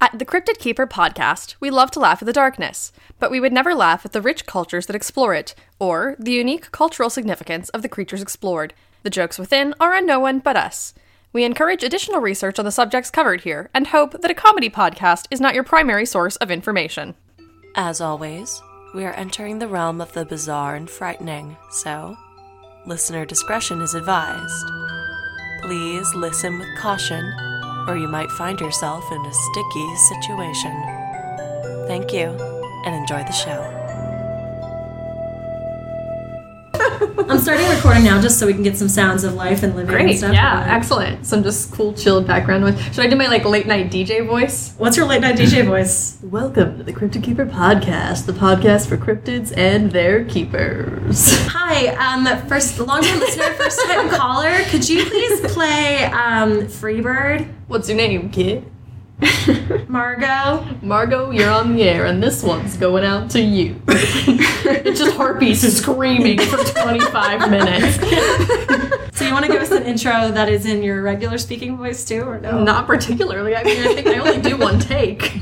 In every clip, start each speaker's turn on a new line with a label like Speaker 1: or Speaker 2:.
Speaker 1: At the Cryptid Keeper podcast, we love to laugh at the darkness, but we would never laugh at the rich cultures that explore it, or the unique cultural significance of the creatures explored. The jokes within are on no one but us. We encourage additional research on the subjects covered here and hope that a comedy podcast is not your primary source of information.
Speaker 2: As always, we are entering the realm of the bizarre and frightening, so listener discretion is advised. Please listen with caution, or you might find yourself in a sticky situation. Thank you, and enjoy the show.
Speaker 3: I'm starting recording now just so we can get some sounds of life and living and
Speaker 1: Great,
Speaker 3: stuff.
Speaker 1: yeah,
Speaker 3: But-
Speaker 1: excellent. Some just cool, chill background noise. Should I do my like late night DJ voice?
Speaker 3: What's your late night DJ voice?
Speaker 4: Welcome to the Cryptid Keeper podcast, the podcast for cryptids and their keepers.
Speaker 3: Hi, um, first long time listener, first time caller. Could you please play um, Freebird,
Speaker 1: What's your name, kid?
Speaker 3: Margot?
Speaker 4: Margot, you're on the air, and this one's going out to you.
Speaker 1: It's just harpies screaming for 25 minutes.
Speaker 3: So you want to give us an intro that is in your regular speaking voice too, or no?
Speaker 1: Not particularly. I mean, I think I only do one take.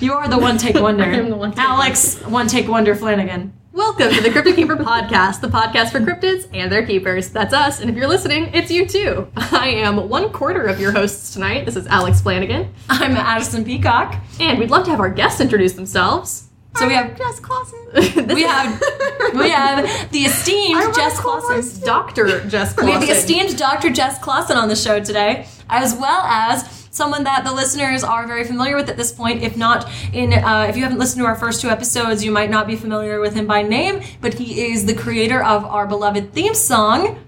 Speaker 3: You are the one take wonder.
Speaker 4: I am the one take
Speaker 3: Alex, one take wonder Flanagan.
Speaker 1: Welcome to the Cryptid Keeper podcast, the podcast for cryptids and their keepers. That's us, and if you're listening, it's you too. I am one quarter of your hosts tonight. This is Alex Flanagan,
Speaker 3: I'm Addison Peacock.
Speaker 1: and we'd love to have our guests introduce themselves.
Speaker 3: So we have
Speaker 1: Jess Clausen.
Speaker 3: we have we have the esteemed Jess Clausen.
Speaker 1: Doctor Jess Clausen.
Speaker 3: We have the esteemed Dr. Jess Clausen on the show today, as well as someone that the listeners are very familiar with at this point. If not, in uh, if you haven't listened to our first two episodes, you might not be familiar with him by name, but he is the creator of our beloved theme song.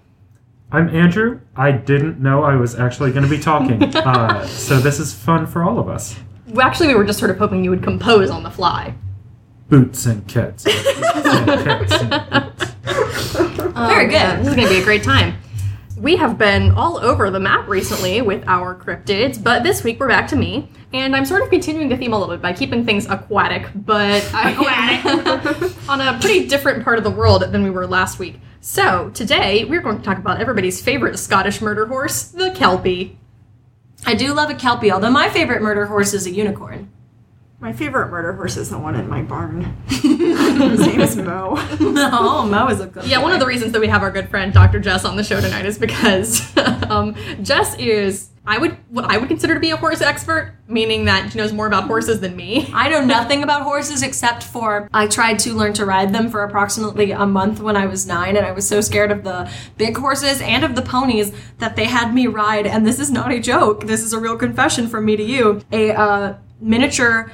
Speaker 5: I'm Andrew. I didn't know I was actually going to be talking, uh, so this is fun for all of us.
Speaker 1: Actually, we were just sort of hoping you would compose on the fly.
Speaker 5: Boots and kits. Boots and kits and boots.
Speaker 1: Oh,
Speaker 3: very
Speaker 1: man,
Speaker 3: good.
Speaker 1: This is going to be a great time. We have been all over the map recently with our cryptids, but this week we're back to me, and I'm sort of continuing the theme a little bit by keeping things aquatic, but I am on a pretty different part of the world than we were last week. So today we're going to talk about everybody's favorite Scottish murder horse, the Kelpie.
Speaker 3: I do love a Kelpie, although my favorite murder horse is a unicorn.
Speaker 6: My favorite murder horse is the one in my barn. His name is Mo.
Speaker 3: oh, Mo is a good
Speaker 1: Yeah, one of the reasons that we have our good friend Dr. Jess on the show tonight is because um, Jess is I would what I would consider to be a horse expert, meaning that she knows more about horses than me.
Speaker 3: I know nothing about horses except for I tried to learn to ride them for approximately a month when I was nine, and I was so scared of the big horses and of the ponies that they had me ride. And this is not a joke. This is a real confession from me to you. A uh, miniature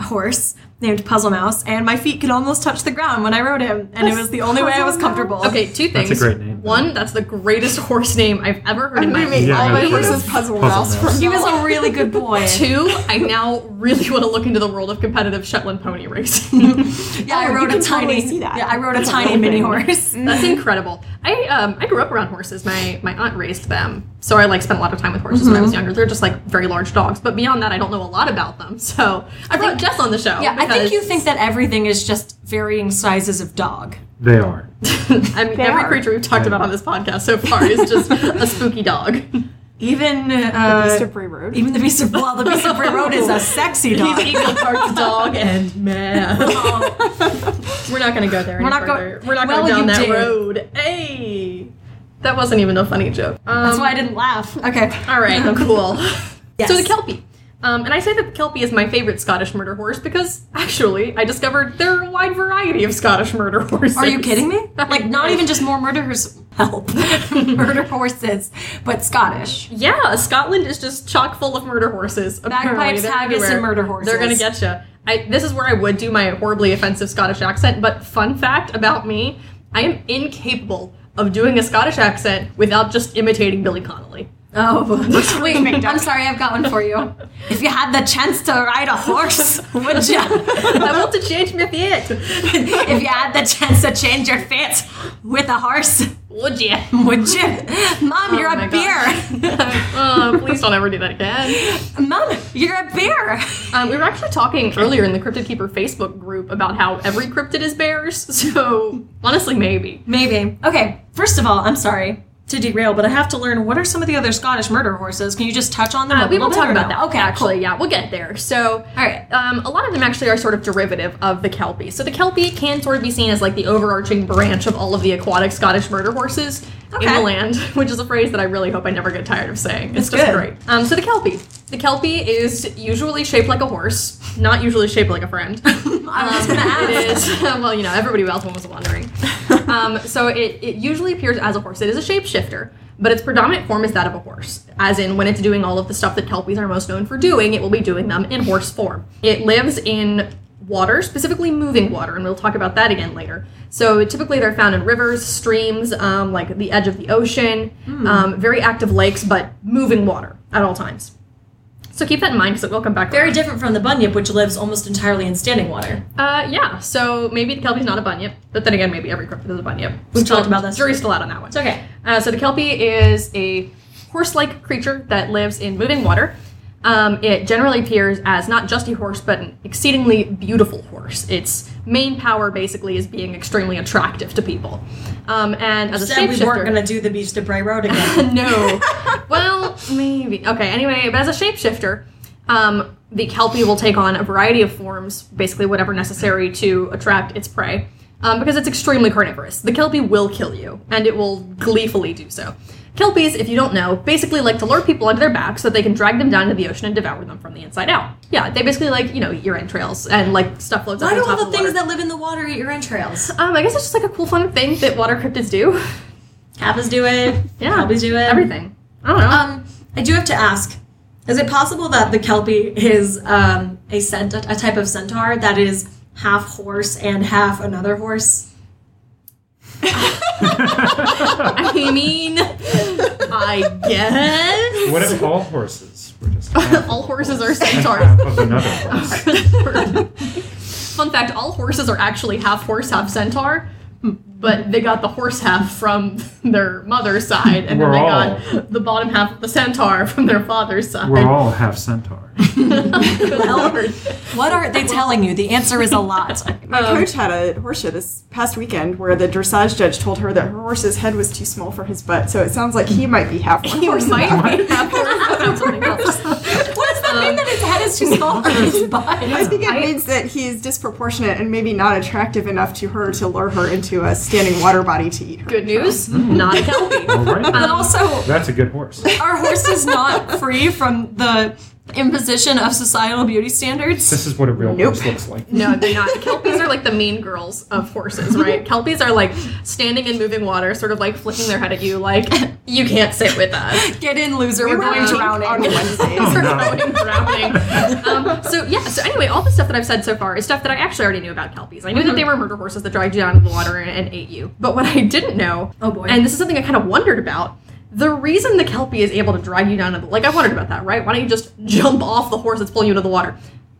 Speaker 3: horse named Puzzle Mouse, and my feet could almost touch the ground when I rode him, and it was the only way I was comfortable.
Speaker 1: Okay, two things.
Speaker 5: That's a great name.
Speaker 1: One, that's the greatest horse name I've ever heard in my life.
Speaker 5: Yeah,
Speaker 6: all my
Speaker 5: that's
Speaker 6: horses
Speaker 5: true. Puzzle
Speaker 6: puzzle, mouse
Speaker 5: Mouse.
Speaker 6: from
Speaker 3: He was a really good boy.
Speaker 1: Two, I now really want to look into the world of competitive Shetland pony racing.
Speaker 3: Yeah, I
Speaker 6: Oh, you
Speaker 3: rode a
Speaker 6: can totally
Speaker 3: tiny.
Speaker 6: see that.
Speaker 3: Yeah, I rode a tiny mini horse.
Speaker 1: that's incredible. I um, I grew up around horses. My my aunt raised them, so I like spent a lot of time with horses when I was
Speaker 3: Mm-hmm.
Speaker 1: younger. They're just like very large dogs, but beyond that, I don't know a lot about them. So I brought Jess on the show.
Speaker 3: Yeah, I think you
Speaker 1: because-
Speaker 3: think that everything is just varying sizes of dog.
Speaker 5: They are.
Speaker 1: I mean, every
Speaker 6: are.
Speaker 1: creature we've talked about on this podcast so far is just a spooky dog.
Speaker 3: Even
Speaker 6: the
Speaker 3: uh,
Speaker 6: Beast of Bray Road.
Speaker 3: even the beast of well, the beast of Bray Road is a sexy dog.
Speaker 1: Eagle Park's dog and man. We're not going to go there.
Speaker 3: We're
Speaker 1: any
Speaker 3: not go-
Speaker 1: further. We're not going
Speaker 3: Well, you
Speaker 1: down that
Speaker 3: did.
Speaker 1: road. Hey, that wasn't even a funny joke. Um,
Speaker 3: That's why I didn't laugh. Okay,
Speaker 1: All right, cool.
Speaker 3: Yes.
Speaker 1: So the Kelpie. Um, and I say that the Kelpie is my favorite Scottish murder horse because actually I discovered there are a wide variety of Scottish murder horses.
Speaker 3: are you kidding me? Like not even just more murderers help murder horses, but Scottish.
Speaker 1: Yeah, Scotland is just chock full of murder horses. apparently.
Speaker 3: Bagpipes,
Speaker 1: They're
Speaker 3: haggis, and
Speaker 1: everywhere.
Speaker 3: murder horses.
Speaker 1: They're gonna get you. I, this is where I would do my horribly offensive Scottish accent. But fun fact about me, I am incapable of doing a Scottish accent without just imitating Billy Connolly.
Speaker 3: Oh wait, I'm sorry, I've got one for you. If you had the chance to ride a horse, would you?
Speaker 1: I want to change my fit.
Speaker 3: if you had the chance to change your fate with a horse,
Speaker 1: Would you?
Speaker 3: would you? Mom, you're
Speaker 1: my
Speaker 3: a
Speaker 1: gosh.
Speaker 3: beer.
Speaker 1: oh, please don't ever do that again.
Speaker 3: Mom, you're a bear.
Speaker 1: Um, we were actually talking earlier in the Cryptid Keeper Facebook group about how every cryptid is bears. So honestly, maybe.
Speaker 3: Maybe. Okay, first of all, I'm sorry. to derail, but I have to learn what are some of the other Scottish murder horses? Can you just touch on them?
Speaker 1: Uh,
Speaker 3: a
Speaker 1: we
Speaker 3: little
Speaker 1: will
Speaker 3: bit
Speaker 1: talk
Speaker 3: or
Speaker 1: about
Speaker 3: no?
Speaker 1: that.
Speaker 3: Okay,
Speaker 1: actually,
Speaker 3: cool.
Speaker 1: yeah, we'll get there. So, all right, um, a lot of them actually are sort of derivative of the kelpie. So the kelpie can sort of be seen as like the overarching branch of all of the aquatic Scottish murder horses in
Speaker 3: Okay.
Speaker 1: the land, which is a phrase that I really hope I never get tired of saying. It's,
Speaker 6: It's
Speaker 1: just
Speaker 6: good.
Speaker 1: great. Um, so the kelpie, the kelpie is usually shaped like a horse, not usually shaped like a friend.
Speaker 3: I was
Speaker 1: Um,
Speaker 3: gonna ask.
Speaker 1: It is. Well, you know, everybody else was wondering. Um, so it, it usually appears as a horse. It is a shapeshifter, but its predominant form is that of a horse. As in, when it's doing all of the stuff that kelpies are most known for doing, it will be doing them in horse form. It lives in water, specifically moving water, and we'll talk about that again later. So typically they're found in rivers, streams, um, like the edge of the ocean, um, very active lakes, but moving water at all times. So keep that in mind because it will come back.
Speaker 3: Very
Speaker 1: around.
Speaker 3: different from the bunyip, which lives almost entirely in standing water.
Speaker 1: Uh, yeah. So maybe the kelpie's not a bunyip, but then again, maybe every cryptid is a bunyip. We've
Speaker 3: talked about this.
Speaker 1: Jury's still out on that one.
Speaker 3: It's okay.
Speaker 1: Uh, so the kelpie is a horse-like creature that lives in moving water. Um, it generally appears as not just a horse, but an exceedingly beautiful horse. Its main power, basically, is being extremely attractive to people. Um, and as a
Speaker 3: Said we
Speaker 1: shapeshifter,
Speaker 3: weren't gonna do the beast to Bray Road again.
Speaker 1: no. well, maybe. Okay, anyway, but as a shapeshifter, um, the Kelpie will take on a variety of forms, basically whatever necessary to attract its prey, um, because it's extremely carnivorous. The Kelpie will kill you, and it will gleefully do so. Kelpies, if you don't know, basically like to lure people onto their backs so that they can drag them down to the ocean and devour them from the inside out. Yeah, they basically like, you know, eat your entrails and like stuff floats
Speaker 3: Why
Speaker 1: up
Speaker 3: do
Speaker 1: on top
Speaker 3: all
Speaker 1: of
Speaker 3: the things
Speaker 1: water.
Speaker 3: that live in the water eat your entrails?
Speaker 1: Um, I guess it's just like a cool fun thing that water cryptids do.
Speaker 3: Kappas do it.
Speaker 1: Yeah.
Speaker 3: Kelpies do it.
Speaker 1: Everything. I don't know.
Speaker 3: Um, I do have to ask: Is it possible that the kelpie is um, a cent- a type of centaur that is half horse and half another horse?
Speaker 1: I mean, I guess
Speaker 5: What if all horses were just half
Speaker 1: all
Speaker 5: of a
Speaker 1: horses are
Speaker 5: horse and
Speaker 1: centaurs.
Speaker 5: half of another horse?
Speaker 1: Fun fact: all horses are actually half horse, half centaur. But they got the horse half from their mother's side, and then
Speaker 5: We're
Speaker 1: they
Speaker 5: all-
Speaker 1: got the bottom half of the centaur from their father's side.
Speaker 5: We're all half centaur.
Speaker 1: Lord.
Speaker 3: What are they telling you? The answer is a lot.
Speaker 6: My coach had a horse show this past weekend where the dressage judge told her that her horse's head was too small for his butt, so it sounds like he might be half one
Speaker 1: He
Speaker 6: horse. and half
Speaker 1: might be half horse. something else.
Speaker 3: what does that mean that his head is too small for his
Speaker 6: I
Speaker 3: butt?
Speaker 6: think it means that he's disproportionate and maybe not attractive enough to her to lure her into a standing water body to eat her.
Speaker 1: Good news,
Speaker 5: Hmm.
Speaker 1: not a kelpie.
Speaker 5: All right.
Speaker 3: But also,
Speaker 5: That's a good horse.
Speaker 3: our horse is not free from the imposition of societal beauty standards.
Speaker 5: This is what a real
Speaker 6: Nope.
Speaker 5: horse looks like.
Speaker 1: No, they're not. Kelpies are like the mean girls of horses, right? Kelpies are like standing in moving water, sort of like flicking their head at you, like you can't sit with us.
Speaker 3: Get in, loser. We're
Speaker 6: We were
Speaker 3: going
Speaker 6: pink on
Speaker 3: drowning.
Speaker 6: Wednesdays.
Speaker 1: We're
Speaker 5: no.
Speaker 1: going drowning. Um, so yeah. So anyway, all the stuff that I've said so far is stuff that I actually already knew about kelpies. I knew
Speaker 3: Mm-hmm.
Speaker 1: that they were murder horses that dragged you down to the water and, and ate you. But what I didn't know,
Speaker 3: Oh, boy.
Speaker 1: and this is something I kind of wondered about. The reason the kelpie is able to drag you down to the like I wondered about that, right? Why don't you just jump off the horse that's pulling you into the water?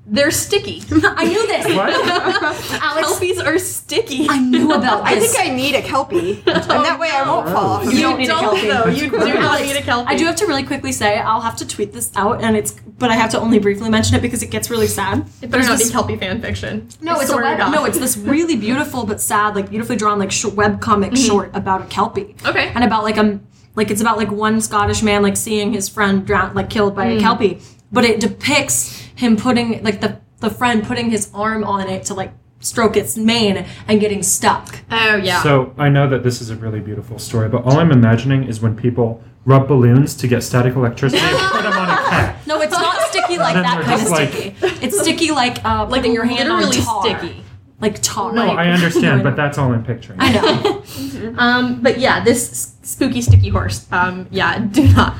Speaker 1: They're sticky.
Speaker 3: I knew this.
Speaker 5: What?
Speaker 1: Kelpies are sticky.
Speaker 3: I knew about
Speaker 6: I
Speaker 3: this.
Speaker 6: think I need a kelpie, and that way I won't fall off.
Speaker 3: You don't need a Kelpie.
Speaker 1: though. You do not
Speaker 3: Alex,
Speaker 1: need a kelpie.
Speaker 3: I do have to really quickly say I'll have to tweet this out, and it's but I have to only briefly mention it because it gets really sad.
Speaker 1: It better not be
Speaker 3: There's
Speaker 1: kelpie fan fiction.
Speaker 3: this- no,
Speaker 1: I
Speaker 3: it's a
Speaker 1: swear to
Speaker 3: web,
Speaker 1: God.
Speaker 3: no, it's this really beautiful but sad, like beautifully drawn, like sh- Mm-hmm. web comic short about a kelpie,
Speaker 1: okay.
Speaker 3: and about like a like it's about like one Scottish man like seeing his friend drown, like killed by a kelpie, but it depicts him putting like the the friend putting his arm on it to like stroke its mane and getting stuck.
Speaker 1: Oh yeah.
Speaker 5: So I know that this is a really beautiful story, but all I'm imagining is when people rub balloons to get static electricity and put them on a cat.
Speaker 3: No, it's not sticky like
Speaker 5: then
Speaker 3: that
Speaker 5: they're
Speaker 3: kind of
Speaker 5: just like-
Speaker 3: sticky. It's sticky like uh,
Speaker 1: like
Speaker 3: putting your hand on
Speaker 1: literally
Speaker 3: tar.
Speaker 1: sticky.
Speaker 3: like tar.
Speaker 5: No, I understand, but that's all I'm picturing.
Speaker 3: I know.
Speaker 1: Um, but yeah, this s- spooky sticky horse. Um, yeah, do not.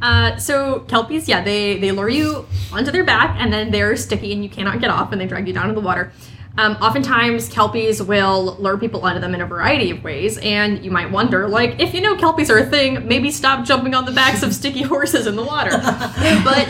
Speaker 1: Uh, so kelpies, yeah, they they lure you onto their back, and then they're sticky, and you cannot get off, and they drag you down to the water. Um, oftentimes, kelpies will lure people onto them in a variety of ways, and you might wonder, like, if you know kelpies are a thing, maybe stop jumping on the backs of sticky horses in the water. but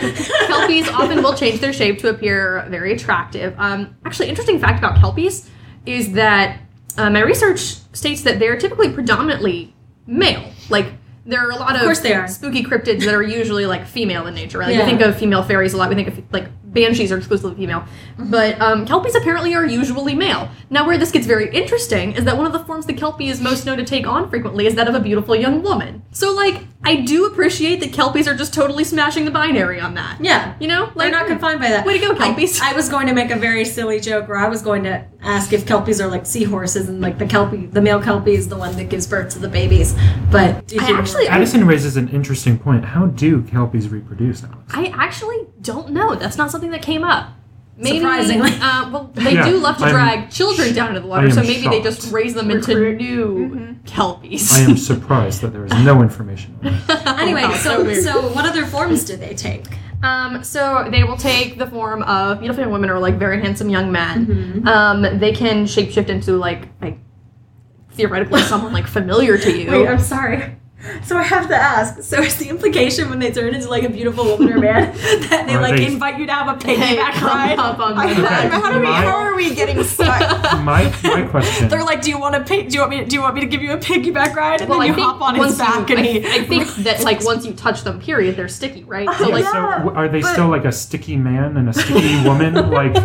Speaker 1: kelpies often will change their shape to appear very attractive. Um, actually, interesting fact about kelpies is that uh, my research states that they're typically predominantly male. Like there are a lot of,
Speaker 3: course they are.
Speaker 1: spooky cryptids that are usually like female in nature. Like
Speaker 3: Yeah.
Speaker 1: we think of female fairies a lot. We think of like banshees are exclusively female,
Speaker 3: Mm-hmm.
Speaker 1: but um, kelpies apparently are usually male. Now, where this gets very interesting is that one of the forms the kelpie is most known to take on frequently is that of a beautiful young woman. So, like, I do appreciate that kelpies are just totally smashing the binary on that.
Speaker 3: Yeah.
Speaker 1: You know,
Speaker 3: They're
Speaker 1: like
Speaker 3: not confined by that.
Speaker 1: Way to go,
Speaker 3: I-
Speaker 1: kelpies.
Speaker 3: I, was going to make a very silly joke where I was going to ask if kelpies are like seahorses and like the kelpie, the male kelpie is the one that gives birth to the babies. But
Speaker 1: I actually, I,
Speaker 5: Addison raises an interesting point. How do kelpies reproduce, Alex?
Speaker 1: I actually don't know. That's not something that came up. Maybe,
Speaker 3: Surprisingly.
Speaker 1: uh, well, they
Speaker 5: Yeah,
Speaker 1: do love to
Speaker 5: I'm-
Speaker 1: drag children down into the
Speaker 5: I
Speaker 1: water,
Speaker 5: am
Speaker 1: so maybe they
Speaker 5: shocked.
Speaker 1: just raise them into new
Speaker 3: Mm-hmm.
Speaker 1: kelpies.
Speaker 5: I am surprised that there is no information. on that.
Speaker 3: anyway,
Speaker 1: Oh, so
Speaker 3: so
Speaker 1: weird.
Speaker 3: so what other forms do they take?
Speaker 1: Um, so they will take the form of beautiful young women or like very handsome young men.
Speaker 3: Mm-hmm.
Speaker 1: Um, they can shapeshift into like like theoretically someone like familiar to you.
Speaker 3: Wait, I'm sorry. So I have to ask. So is the implication when they turn into like a beautiful woman or man that they
Speaker 5: Or
Speaker 3: like
Speaker 5: they-
Speaker 3: invite you to have a piggyback
Speaker 1: come
Speaker 3: ride?
Speaker 1: up on
Speaker 6: I,
Speaker 1: me.
Speaker 5: Okay,
Speaker 6: how, do we,
Speaker 5: my-
Speaker 6: how are we getting stuck?
Speaker 5: my my question.
Speaker 3: They're like, do you want to pig? Do you want me? Do you want me to give you a piggyback ride? And
Speaker 1: Well,
Speaker 3: then
Speaker 1: I
Speaker 3: you
Speaker 1: think
Speaker 3: hop on
Speaker 1: once
Speaker 3: his back
Speaker 1: you,
Speaker 3: and
Speaker 1: I-
Speaker 3: he.
Speaker 1: I, think that like once you touch them, period, they're sticky,
Speaker 3: Oh,
Speaker 1: right? So
Speaker 5: Yeah,
Speaker 1: like
Speaker 5: so w- are they still like a sticky man and a sticky woman? Like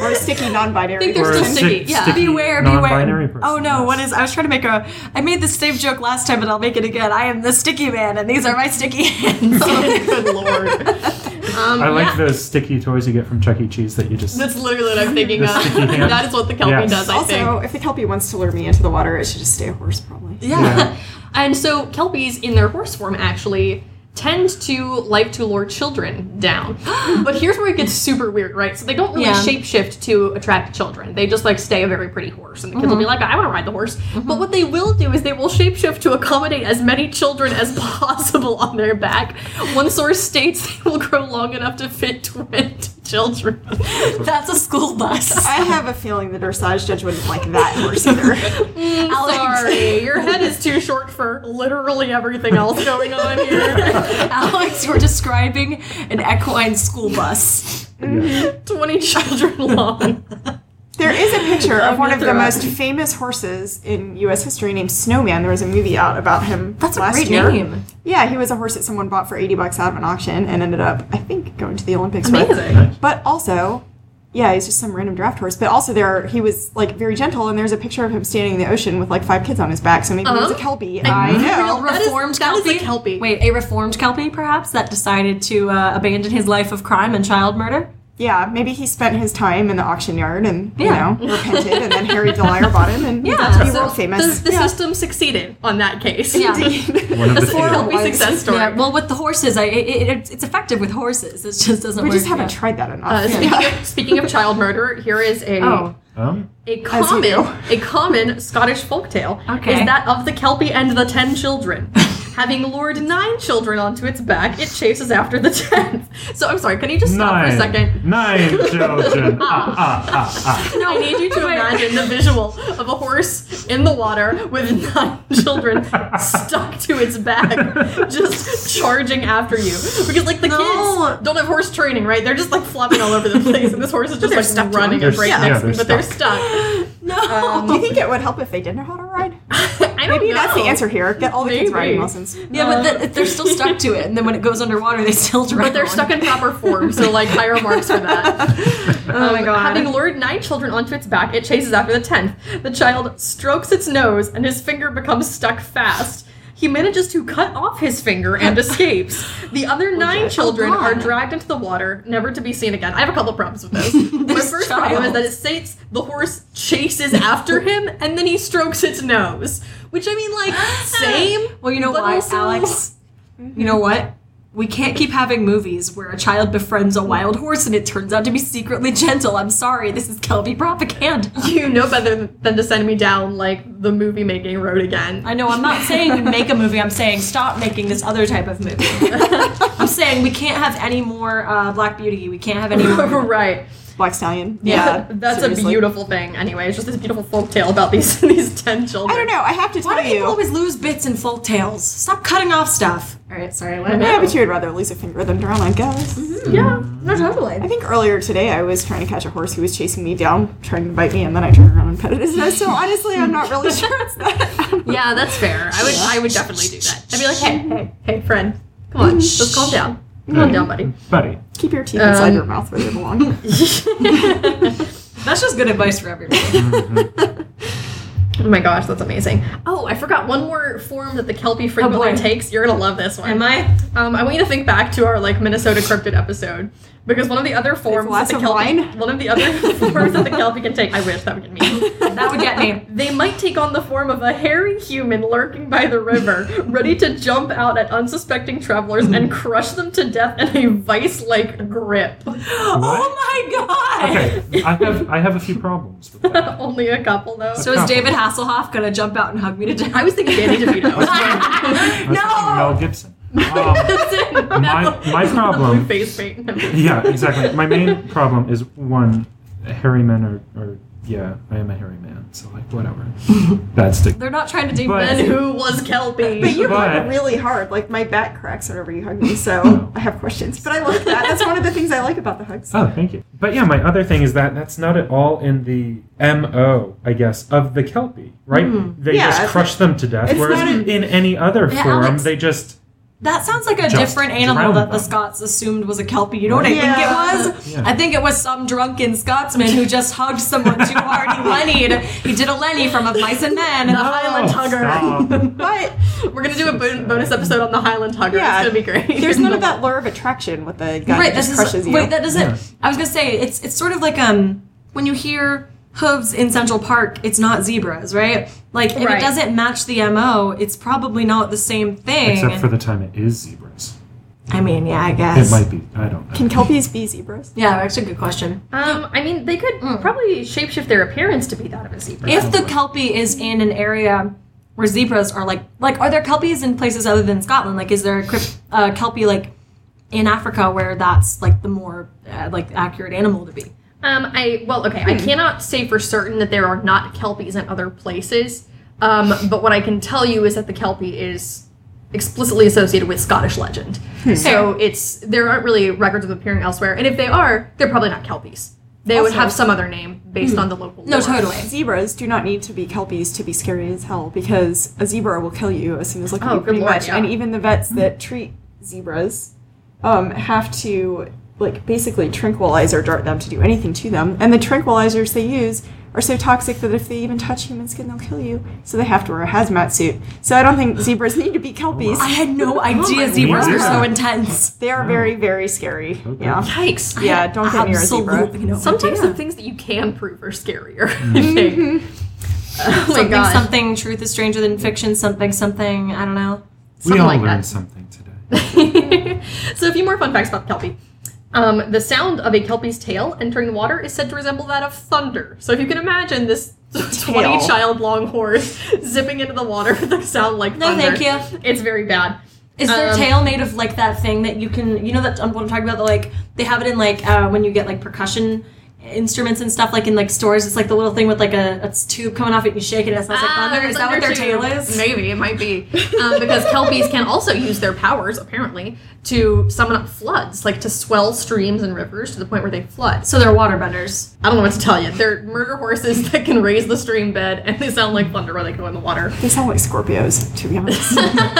Speaker 6: Or a sticky non-binary.
Speaker 1: I think
Speaker 5: or
Speaker 1: They're
Speaker 5: a
Speaker 1: still
Speaker 5: sti-
Speaker 1: sticky, yeah.
Speaker 5: sticky
Speaker 3: Beware, beware.
Speaker 5: non-binary person?
Speaker 3: Oh no!
Speaker 5: yes.
Speaker 3: What is? I was trying to make a. I made this same joke last time, and I'll make it again. I am the sticky man, and these are my sticky hands.
Speaker 6: Good lord.
Speaker 1: um,
Speaker 5: I like
Speaker 1: yeah.
Speaker 5: those sticky toys you get from Chuck E. Cheese that you just.
Speaker 1: That's literally what I'm thinking
Speaker 5: The
Speaker 1: of.
Speaker 5: sticky hand.
Speaker 1: that is what the kelpie
Speaker 5: Yes.
Speaker 1: does, I think.
Speaker 6: Also, if the kelpie wants to lure me into the water, it should just stay a horse, probably.
Speaker 5: Yeah.
Speaker 1: And so kelpies in their horse form actually tend to like to lure children down. but here's where it gets super weird, right? So they don't really
Speaker 3: Yeah.
Speaker 1: shapeshift to attract children. They just like stay a very pretty horse and the kids will be like, I want to ride the horse. But what they will do is they will shapeshift to accommodate as many children as possible on their back. One source states they will grow long enough to fit 20 children.
Speaker 3: That's a school bus.
Speaker 6: I have a feeling the dressage judge wouldn't like that horse either.
Speaker 3: Alex.
Speaker 1: Sorry, your head is too short for literally everything else going on here.
Speaker 3: Alex, you're describing an equine school bus.
Speaker 1: 20 children long.
Speaker 6: There is a picture
Speaker 3: I'm
Speaker 6: of one
Speaker 3: gonna
Speaker 6: of the
Speaker 3: throw up.
Speaker 6: most famous horses in U.S. history named Snowman. There was a movie out about him
Speaker 3: That's a
Speaker 6: last
Speaker 3: great
Speaker 6: year.
Speaker 3: name.
Speaker 6: Yeah, he was a horse that someone bought for 80 bucks out of an auction and ended up, I think, going to the Olympics
Speaker 1: Amazing.
Speaker 5: Nice.
Speaker 6: with. But also, yeah, he's just some random draft horse. But also, there he was like very gentle, and there's a picture of him standing in the ocean with like five kids on his back. So maybe he was a
Speaker 1: Uh-huh.
Speaker 6: kelpie. I know.
Speaker 1: That is-
Speaker 3: reformed
Speaker 1: that is a
Speaker 3: kelpie.
Speaker 1: kelpie.
Speaker 3: Wait, a reformed kelpie, perhaps that decided to uh, abandon his life of crime and child murder.
Speaker 6: Yeah, maybe he spent his time in the auction yard and
Speaker 3: Yeah.
Speaker 6: you know repented, and then Harry Delia bought him, and he got to be world famous.
Speaker 1: The, the system succeeded on that case.
Speaker 3: Yeah.
Speaker 5: One of the few.
Speaker 6: Four-
Speaker 1: Kelpie success story.
Speaker 3: Yeah, well, with the horses, I, it, it, it's- it's effective with horses. It just doesn't.
Speaker 6: we
Speaker 3: work.
Speaker 6: just haven't
Speaker 3: yeah.
Speaker 6: tried that enough.
Speaker 1: Uh, speaking, of, speaking of child murder, here is a
Speaker 3: Oh.
Speaker 5: Um,
Speaker 1: a
Speaker 6: you
Speaker 1: common
Speaker 6: do.
Speaker 1: a common Scottish folktale
Speaker 3: Okay.
Speaker 1: is that of the Kelpie and the ten children. Having lured nine children onto its back, it chases after the tenth. So I'm sorry, can you just stop
Speaker 5: nine.
Speaker 1: for a second?
Speaker 5: Nine children. ah, ah, ah, ah.
Speaker 1: I need you to imagine the visual of a horse in the water with nine children stuck to its back, just charging after you. Because like the
Speaker 3: No.
Speaker 1: kids don't have horse training, right? They're just like flopping all over the place, and this horse is just like
Speaker 6: stuck to
Speaker 1: running
Speaker 5: them.
Speaker 1: at
Speaker 5: They're
Speaker 1: breakneck
Speaker 5: stuck. Yeah,
Speaker 1: speed,
Speaker 5: they're
Speaker 1: but they're stuck.
Speaker 3: No.
Speaker 6: Do you think it would help if they did know how to ride?
Speaker 1: I don't
Speaker 6: Maybe
Speaker 1: know.
Speaker 6: that's the answer here. Get all the kids
Speaker 1: Maybe.
Speaker 6: riding lessons.
Speaker 3: yeah, but the, they're still stuck to it, and then when it goes underwater, they still drown.
Speaker 1: But they're stuck in proper form, so like higher marks for that. Um,
Speaker 3: Oh my god.
Speaker 1: Having lured nine children onto its back, it chases after the tenth. The child strokes its nose, and his finger becomes stuck fast. He manages to cut off his finger and escapes. The other nine children
Speaker 3: God.
Speaker 1: are dragged into the water, never to be seen again. I have a couple problems with this. My
Speaker 3: This
Speaker 1: first
Speaker 3: child.
Speaker 1: problem is that it states the horse chases after him, and then he strokes its nose. Which I mean, like, same.
Speaker 3: Well, you know
Speaker 1: but
Speaker 3: why,
Speaker 1: also-
Speaker 3: Alex? You know what? We can't keep having movies where a child befriends a wild horse and it turns out to be secretly gentle. I'm sorry, this is Kelby propaganda.
Speaker 1: You know better than to send me down like the movie making road again.
Speaker 3: I know, I'm not saying make a movie, I'm saying stop making this other type of movie. I'm saying we can't have any more uh, Black Beauty, we can't have any more.
Speaker 1: right.
Speaker 6: Black Stallion. Yeah.
Speaker 1: that's a
Speaker 6: seriously.
Speaker 1: beautiful thing. Anyway, it's just this beautiful folktale about these these ten children.
Speaker 6: I don't know. I have to
Speaker 3: Why
Speaker 6: tell
Speaker 3: do people
Speaker 6: you.
Speaker 3: always lose bits in folk tales? Stop cutting off stuff. Alright, sorry, what?
Speaker 6: Yeah, but you would rather lose a finger than drown, I guess.
Speaker 1: Yeah, no, totally.
Speaker 6: I think earlier today I was trying to catch a horse who was chasing me down, trying to bite me, and then I turned around and petted his nose. So honestly, I'm not really sure it's that.
Speaker 1: Yeah,
Speaker 6: Mm-hmm.
Speaker 1: that's fair. I would I would definitely do that. I'd be like, hey, hey, hey, friend, come on, just calm down. Come on down, buddy.
Speaker 5: Buddy.
Speaker 6: Keep your teeth inside
Speaker 1: Um,
Speaker 6: your mouth where they belong.
Speaker 3: That's just good advice for everybody.
Speaker 1: Oh my gosh, that's amazing. Oh, I forgot one more form that the Kelpie frequently
Speaker 3: boy.
Speaker 1: takes. You're gonna love this one.
Speaker 3: Am I?
Speaker 1: Um, I want you to think back to our like Minnesota cryptid episode because one of the other forms that
Speaker 6: glass
Speaker 1: the
Speaker 6: of
Speaker 1: kelpie,
Speaker 6: wine?
Speaker 1: one of the other forms that the kelpie can take. I wish that would get me.
Speaker 3: That would get me.
Speaker 1: They might take on the form of a hairy human lurking by the river, ready to jump out at unsuspecting travelers and crush them to death in a vice-like grip.
Speaker 5: What?
Speaker 3: Oh my god!
Speaker 5: Okay, I have I have a few problems with that.
Speaker 1: Only a couple though.
Speaker 3: So is David Hasselhoff gonna jump out and hug me to death?
Speaker 1: I was thinking Danny DeVito.
Speaker 5: That's Mel Gibson. Um, my my problem.
Speaker 1: Face paint.
Speaker 5: Yeah, exactly. My main problem is one, hairy men are, are yeah, I am a hairy man, so like whatever. Bad stick.
Speaker 3: They're not trying to date
Speaker 5: But-
Speaker 1: And
Speaker 3: men.
Speaker 1: who was Kelpie?
Speaker 6: But you
Speaker 5: But-
Speaker 6: hug really hard. Like my back cracks whenever you hug me, so
Speaker 5: Oh.
Speaker 6: I have questions. But I like that. That's one of the things I like about the hugs.
Speaker 5: Oh, thank you. But yeah, my other thing is that that's not at all in the MO, I guess, of the Kelpie, right? They
Speaker 6: Yeah,
Speaker 5: just
Speaker 6: it's-
Speaker 5: crush them to death.
Speaker 6: it's
Speaker 5: Whereas
Speaker 6: not in-
Speaker 5: in any other
Speaker 3: Yeah,
Speaker 5: form,
Speaker 3: Alex-
Speaker 5: they just
Speaker 3: That sounds like a
Speaker 5: Just
Speaker 3: different animal
Speaker 5: drown
Speaker 3: that the
Speaker 5: them.
Speaker 3: Scots assumed was a kelpie. You know what I
Speaker 6: Yeah.
Speaker 3: think it was?
Speaker 5: Yeah.
Speaker 3: I think it was some drunken Scotsman who just hugged someone too hard. He lennied. He did a lenny from of mice and men. The Highland
Speaker 5: Oh,
Speaker 3: hugger.
Speaker 5: stop.
Speaker 6: But
Speaker 1: We're gonna do a bon- bonus episode on the Highland Hugger.
Speaker 6: Yeah.
Speaker 1: It's gonna be great.
Speaker 6: there's none of that lure of attraction with the guy
Speaker 3: Right.
Speaker 6: that just
Speaker 3: This
Speaker 6: crushes
Speaker 3: is
Speaker 6: you.
Speaker 3: wait. That doesn't.
Speaker 5: Yeah.
Speaker 3: I was gonna say it's it's sort of like um when you hear hooves in Central Park, it's not zebras, right? Like if
Speaker 1: Right.
Speaker 3: it doesn't match the mo, it's probably not the same thing.
Speaker 5: Except for the time it is zebras.
Speaker 3: I mean, yeah, I
Speaker 5: It
Speaker 3: guess.
Speaker 5: might be. I don't know.
Speaker 6: Can kelpies be zebras?
Speaker 3: Yeah, that's a good question.
Speaker 1: Um, I mean, they could probably shapeshift their appearance to be that of a zebra.
Speaker 3: If the kelpie is in an area where zebras are like, like, are there kelpies in places other than Scotland? Like, is there a crypt, uh, kelpie like in Africa where that's like the more uh, like accurate animal to be?
Speaker 1: Um, I well, okay,
Speaker 3: Hmm.
Speaker 1: I cannot say for certain that there are not kelpies in other places. Um, but what I can tell you is that the kelpie is explicitly associated with Scottish legend.
Speaker 3: Hmm.
Speaker 1: So it's there aren't really records of appearing elsewhere, and if they are, they're probably not kelpies. They would have some other name based on the local.
Speaker 3: Hmm. No,
Speaker 1: lore.
Speaker 3: totally.
Speaker 6: Zebras do not need to be kelpies to be scary as hell because a zebra will kill you as soon as looking at
Speaker 1: Oh,
Speaker 6: you,
Speaker 1: good
Speaker 6: pretty
Speaker 1: lord,
Speaker 6: much.
Speaker 1: yeah.
Speaker 6: And even the vets that treat zebras um, have to like basically tranquilize or dart them to do anything to them. And the tranquilizers they use are so toxic that if they even touch human skin, they'll kill you. So they have to wear a hazmat suit. So I don't think zebras need to be kelpies.
Speaker 3: I had no idea zebras were so intense.
Speaker 6: They are very, very scary.
Speaker 5: Okay.
Speaker 6: Yeah.
Speaker 1: Yikes.
Speaker 6: Yeah, don't get near a zebra.
Speaker 3: Absolutely no
Speaker 1: Sometimes
Speaker 3: idea. Hmm.
Speaker 1: the things that you can prove are scarier. I think. Oh my
Speaker 3: something,
Speaker 1: gosh.
Speaker 3: something, truth is stranger than fiction, something, something, I don't know.
Speaker 5: we
Speaker 1: something
Speaker 5: all
Speaker 1: like
Speaker 5: learned
Speaker 1: that.
Speaker 5: something today.
Speaker 1: so a few more fun facts about the kelpie. Um, the sound of a kelpie's tail entering the water is said to resemble that of thunder. So if you can imagine this
Speaker 6: Tail.
Speaker 1: twenty-child-long horse zipping into the water with a sound like
Speaker 3: No,
Speaker 1: thunder,
Speaker 3: thank you.
Speaker 1: It's very bad.
Speaker 3: Is their
Speaker 1: Um,
Speaker 3: tail made of like that thing that you can, you know, that um, what I'm talking about? the, Like they have it in like uh, when you get like percussion instruments and stuff, like in like stores. It's like the little thing with like a, a tube coming off it. and You shake it, and it sounds like
Speaker 1: Ah,
Speaker 3: thunder. Is that what their
Speaker 1: thunder
Speaker 3: tail
Speaker 1: too.
Speaker 3: is?
Speaker 1: Maybe it might be um, because kelpies can also use their powers apparently to summon up floods, like to swell streams and rivers to the point where they flood.
Speaker 3: So they're waterbenders.
Speaker 1: I don't know what to tell you. They're murder horses that can raise the stream bed, and they sound like thunder when they go in the water.
Speaker 6: They sound like Scorpios, to be honest.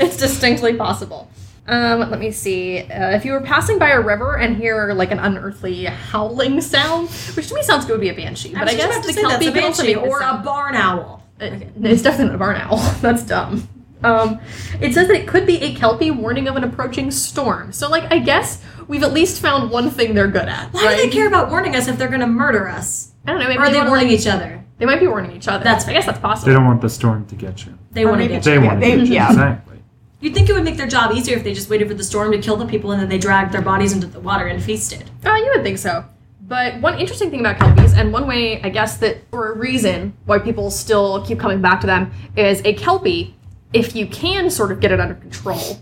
Speaker 1: it's distinctly possible. Um, let me see. Uh, if you were passing by a river and hear like an unearthly howling sound, which to me sounds like it would be a banshee, but I
Speaker 3: was just
Speaker 1: guess
Speaker 3: about to
Speaker 1: the
Speaker 3: say that's
Speaker 1: kelpie
Speaker 3: a
Speaker 1: could also be
Speaker 3: banshee or a barn owl.
Speaker 1: uh, It's definitely not a barn owl. That's dumb. Um, it says that it could be a kelpie warning of an approaching storm. So, like, I guess we've at least found one thing they're good at.
Speaker 3: Why
Speaker 1: right?
Speaker 3: do they care about warning us if they're going to murder us?
Speaker 1: I don't know. Maybe
Speaker 3: Or are they
Speaker 1: wanna,
Speaker 3: warning
Speaker 1: like-
Speaker 3: each other?
Speaker 1: They might be warning each other.
Speaker 3: That's
Speaker 1: I guess that's
Speaker 5: They
Speaker 1: possible.
Speaker 5: don't want the storm to get you.
Speaker 3: They want to
Speaker 6: maybe-
Speaker 3: get you.
Speaker 5: They want to
Speaker 6: they-
Speaker 5: get you.
Speaker 6: yeah.
Speaker 5: Exactly.
Speaker 3: You'd think it would make their job easier if they just waited for the storm to kill the people and then they dragged their bodies into the water and feasted.
Speaker 1: Uh, you would think so. But one interesting thing about kelpies, and one way I guess that, or a reason why people still keep coming back to them, is a kelpie, if you can sort of get it under control,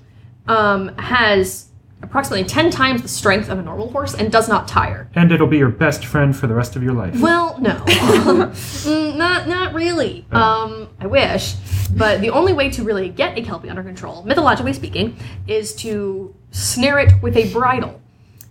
Speaker 1: um, has approximately 10 times the strength of a normal horse and does not tire.
Speaker 5: And it'll be your best friend for the rest of your life.
Speaker 1: Well, no, Mm, not not really. Um, I wish, but the only way to really get a kelpie under control, mythologically speaking, is to snare it with a bridle.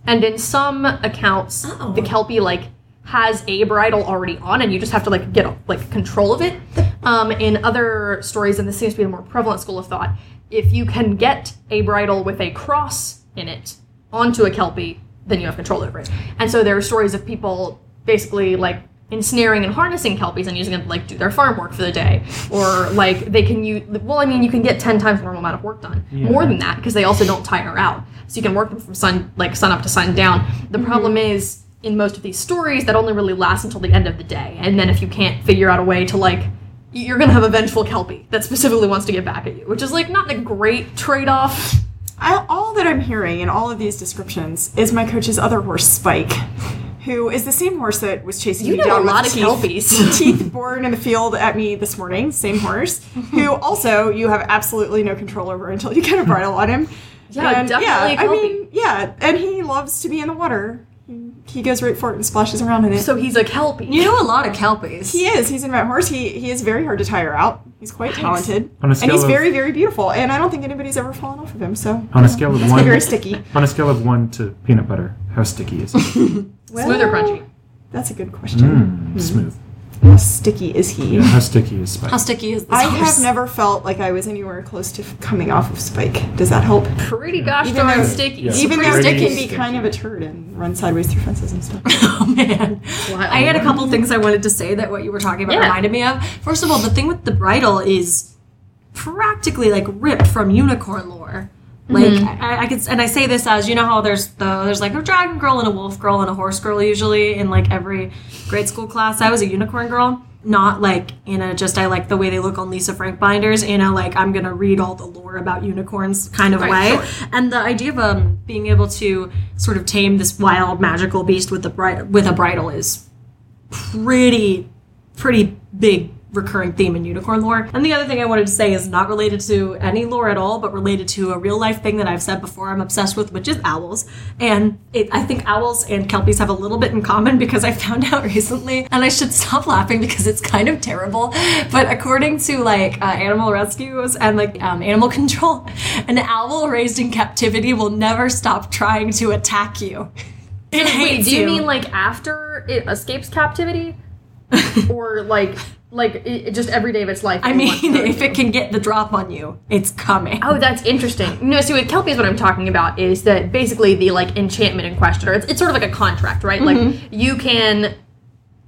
Speaker 1: And in some accounts,
Speaker 3: Uh-oh.
Speaker 1: the kelpie like has a bridle already on, and you just have to like get like control of it. Um, in other stories, and this seems to be the more prevalent school of thought, if you can get a bridle with a cross in it onto a kelpie, then you have control over it. And so there are stories of people basically like ensnaring and harnessing kelpies and using them to like do their farm work for the day, or like they can use. Well, I mean, you can get ten times the normal amount of work done, more than that, because they also don't tire out. So you can work them from sun like sun up to sun down. The
Speaker 6: Mm-hmm.
Speaker 1: problem is in most of these stories that only really lasts until the end of the day, and then if you can't figure out a way to like you're gonna have a vengeful kelpie that specifically wants to get back at you, which is like not a great trade-off.
Speaker 6: I, all that I'm hearing in all of these descriptions is my coach's other horse, Spike, who is the same horse that was chasing
Speaker 1: You
Speaker 6: me
Speaker 1: know a
Speaker 6: down
Speaker 1: lot of
Speaker 6: with teeth,
Speaker 1: kelpies.
Speaker 6: teeth born in the field at me this morning. Same horse, who also you have absolutely no control over until you get a bridle on him.
Speaker 1: Yeah,
Speaker 6: and
Speaker 1: definitely
Speaker 6: Yeah,
Speaker 1: a
Speaker 6: I
Speaker 1: kelpie.
Speaker 6: mean, yeah, and he loves to be in the water. He goes right for it and splashes around in it.
Speaker 1: so he's a kelpie.
Speaker 3: You know a lot of kelpies.
Speaker 6: He is. He's in Red Horse. He he is very hard to tire out. He's quite talented,
Speaker 5: On a
Speaker 6: and
Speaker 5: scale
Speaker 6: he's
Speaker 5: of-
Speaker 6: very very beautiful. And I don't think anybody's ever fallen off of him. So
Speaker 5: On a scale of
Speaker 6: it's
Speaker 5: one,
Speaker 6: very sticky.
Speaker 5: on a scale of one to peanut butter, how sticky is it?
Speaker 1: Smooth or crunchy?
Speaker 6: That's a good
Speaker 3: Hmm.
Speaker 6: question.
Speaker 5: Mm, smooth.
Speaker 6: How sticky is he?
Speaker 5: Yeah, how sticky is
Speaker 3: How
Speaker 5: Spike?
Speaker 3: sticky is this
Speaker 6: I
Speaker 3: horse?
Speaker 6: have never felt like I was anywhere close to f- coming off of Spike. Does that help?
Speaker 1: Pretty gosh
Speaker 6: Even
Speaker 1: darn
Speaker 6: though-
Speaker 1: sticky.
Speaker 5: yeah.
Speaker 6: Even though
Speaker 5: pretty
Speaker 6: Dick can be
Speaker 5: sticky.
Speaker 6: kind of a turd and run sideways through fences and stuff.
Speaker 3: Oh man.
Speaker 1: Wow.
Speaker 3: I had a couple things I wanted to say that what you were talking about
Speaker 1: Yeah.
Speaker 3: reminded me of. First of all, the thing with the bridle is practically like ripped from unicorn lore. Like I, I could, and I say this as you know how there's the there's like a dragon girl and a wolf girl and a horse girl usually in like every grade school class. I was a unicorn girl, not like in a just I like the way they look on Lisa Frank binders in a like I'm gonna read all the lore about unicorns kind of
Speaker 1: Right,
Speaker 3: way. And the idea of um, being able to sort of tame this wild magical beast with the bri- with a bridle is pretty pretty big recurring theme in unicorn lore. And the other thing I wanted to say is not related to any lore at all, but related to a real life thing that I've said before I'm obsessed with, which is owls. And it, I think owls and kelpies have a little bit in common because I found out recently, and I should stop laughing because it's kind of terrible, but according to like uh, animal rescues and like um, animal control, an owl raised in captivity will never stop trying to attack you. It
Speaker 1: Wait,
Speaker 3: hates
Speaker 1: do you, mean like after it escapes captivity, or like like it, it just every day of its life?
Speaker 3: I
Speaker 1: it wants
Speaker 3: mean,
Speaker 1: to hurt
Speaker 3: if
Speaker 1: you?
Speaker 3: it can get the drop on you, it's coming.
Speaker 1: Oh, that's interesting. No, see, with kelpies, what I'm talking about is that basically the like enchantment in question, or it's, it's sort of like a contract, right? Like
Speaker 3: Mm-hmm.
Speaker 1: you can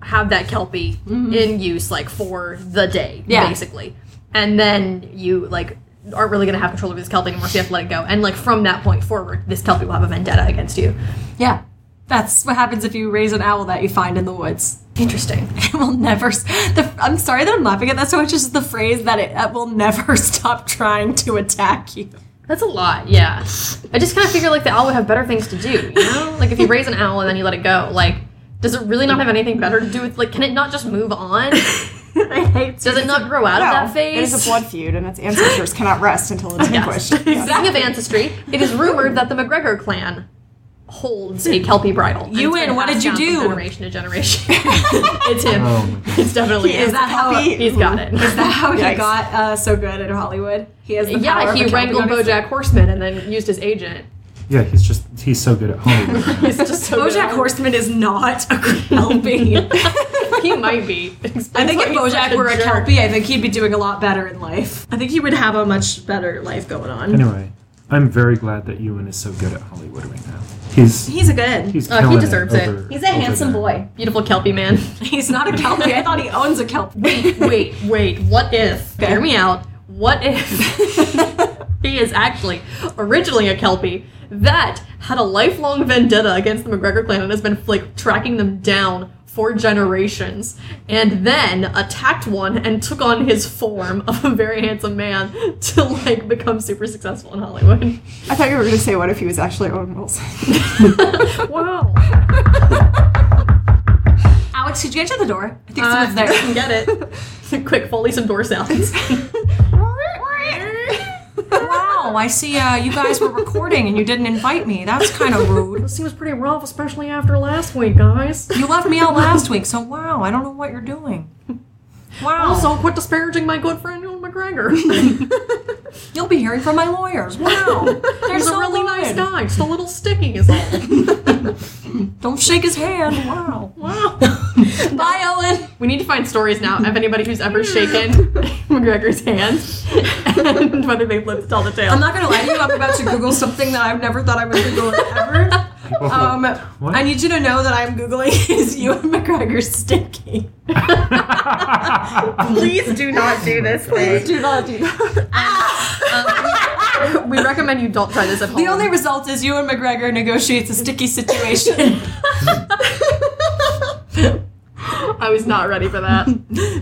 Speaker 1: have that kelpie in use like for the day,
Speaker 3: Yeah.
Speaker 1: basically, and then you like aren't really going to have control over this kelpie anymore, so you have to let it go. And like from that point forward, this kelpie will have a vendetta against you.
Speaker 3: Yeah. That's what happens if you raise an owl that you find in the woods.
Speaker 1: Interesting.
Speaker 3: It will never. s- The, I'm sorry that I'm laughing at that so much. It's just the phrase that it, it will never stop trying to attack you.
Speaker 1: That's a lot, yeah. I just kind of figure like the owl would have better things to do, you know? like if you raise an owl and then you let it go, like does it really not have anything better to do with like can it not just move on?
Speaker 3: I hate
Speaker 1: Does it not grow out of that
Speaker 6: it
Speaker 1: phase?
Speaker 6: is a blood feud, and its ancestors cannot rest until it's vanquished. Yeah.
Speaker 1: Speaking of ancestry, it is rumored that the McGregor clan holds a Kelpie bridle. and
Speaker 3: You
Speaker 1: it's
Speaker 3: win.
Speaker 1: been
Speaker 3: What
Speaker 1: passed
Speaker 3: did you
Speaker 1: down from
Speaker 3: do?
Speaker 1: Generation to generation. it's him.
Speaker 5: Oh my god.
Speaker 1: It's definitely
Speaker 3: Is
Speaker 1: him.
Speaker 3: that how?
Speaker 6: Happy-
Speaker 1: He's got it.
Speaker 3: Is that how he
Speaker 6: Yikes.
Speaker 3: got uh, so good at Hollywood? He has the power
Speaker 1: yeah,
Speaker 3: of
Speaker 1: he
Speaker 3: a
Speaker 1: wrangled
Speaker 3: Kelpie on his-
Speaker 1: BoJack Horseman and then used his agent.
Speaker 5: Yeah, he's just he's so good at Hollywood.
Speaker 1: He's just so
Speaker 3: BoJack
Speaker 1: good.
Speaker 3: Horseman is not a kelpie.
Speaker 1: He might be.
Speaker 3: I think if
Speaker 1: He's such
Speaker 3: BoJack were a
Speaker 1: jerk.
Speaker 3: kelpie, I think he'd be doing a lot better in life. I think he would have a much better life going on.
Speaker 5: anyway, I'm very glad that Ewan is so good at Hollywood right now. He's
Speaker 3: He's a good.
Speaker 5: he's
Speaker 1: Uh, he
Speaker 5: killing
Speaker 1: deserves it.
Speaker 5: it. over-
Speaker 3: He's a
Speaker 5: over
Speaker 3: handsome
Speaker 5: there.
Speaker 3: boy.
Speaker 1: Beautiful Kelpie man.
Speaker 3: He's not a kelpie. I thought he owns a kelpie.
Speaker 1: wait, wait, wait. What if? Hear me out. What if he is actually originally a Kelpie that had a lifelong vendetta against the McGregor clan and has been like tracking them down for generations, and then attacked one and took on his form of a very handsome man to like become super successful in Hollywood.
Speaker 6: I thought you were going to say, what if he was actually Owen Wilson?
Speaker 1: Wow.
Speaker 3: Alex, could you answer the door? I think
Speaker 1: Uh,
Speaker 3: someone's
Speaker 1: there,
Speaker 3: there.
Speaker 1: can get it. Quick, Foley some door sounds.
Speaker 3: wow, I see. Uh, you guys were recording and you didn't invite me. That's kind of rude.
Speaker 1: Seems pretty rough, especially after last week, guys.
Speaker 3: You left me out last week, so wow, I don't know what you're doing. Wow.
Speaker 1: Also, quit disparaging my good friend Ewan McGregor.
Speaker 3: you'll be hearing from my lawyers. Wow, they're
Speaker 1: He's
Speaker 3: so
Speaker 1: a really nice
Speaker 3: good.
Speaker 1: guy. Just a little sticky is all.
Speaker 3: Don't shake his hand. Wow.
Speaker 1: wow.
Speaker 3: Bye, Owen.
Speaker 1: We need to find stories now of anybody who's ever shaken McGregor's hand and whether they've lived to tell the tale.
Speaker 3: I'm not gonna lie to you. I'm about to Google something that I've never thought I would Google ever.
Speaker 5: People
Speaker 3: Um,
Speaker 5: What?
Speaker 3: I need you to know that I'm Googling is you and McGregor stinking.
Speaker 1: Um, Please do not do this Ah! thing.
Speaker 6: Do not do that.
Speaker 1: Um, We recommend you don't try this at home.
Speaker 3: The only result is you and McGregor negotiates a sticky situation.
Speaker 1: I was not ready for that.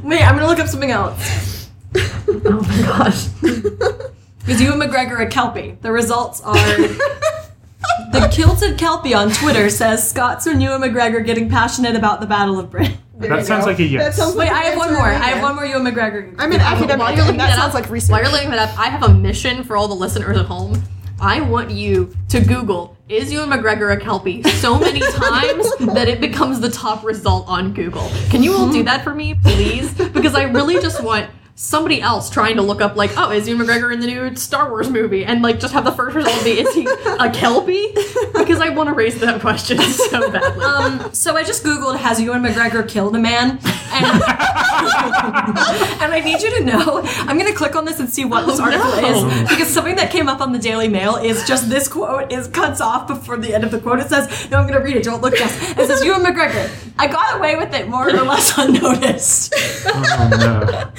Speaker 3: Wait, I'm gonna look up something else.
Speaker 4: Oh my gosh.
Speaker 3: Because you and McGregor are Kelpie. The results are. the Kilted Kelpie on Twitter says Scots and you and McGregor getting passionate about the Battle of Britain.
Speaker 5: That sounds like a yes.
Speaker 3: Wait, I have one more. I have one more you and McGregor.
Speaker 6: I'm an academic,
Speaker 1: While you're looking
Speaker 6: and that
Speaker 1: that up-
Speaker 6: sounds like
Speaker 1: While you're
Speaker 6: research.
Speaker 1: looking that up, I have a mission for all the listeners at home. I want you to Google "Is Ewan McGregor a Kelpie?" so many times that it becomes the top result on Google. Can you all do that for me, please? Because I really just want somebody else trying to look up like, "Oh, is Ewan McGregor in the new Star Wars movie?" and like just have the first result be, "Is he a Kelpie?" Because I want to raise that question so badly.
Speaker 3: Um, so I just googled has Ewan McGregor killed a man, and, and I need you to know I'm gonna click on this and see what this
Speaker 1: Oh,
Speaker 3: article
Speaker 1: no.
Speaker 3: is because something that came up on the Daily Mail is just this quote is cuts off before the end of the quote. It says no, I'm gonna read it. Don't look just. It says Ewan McGregor. I got away with it more or less unnoticed.
Speaker 5: oh no.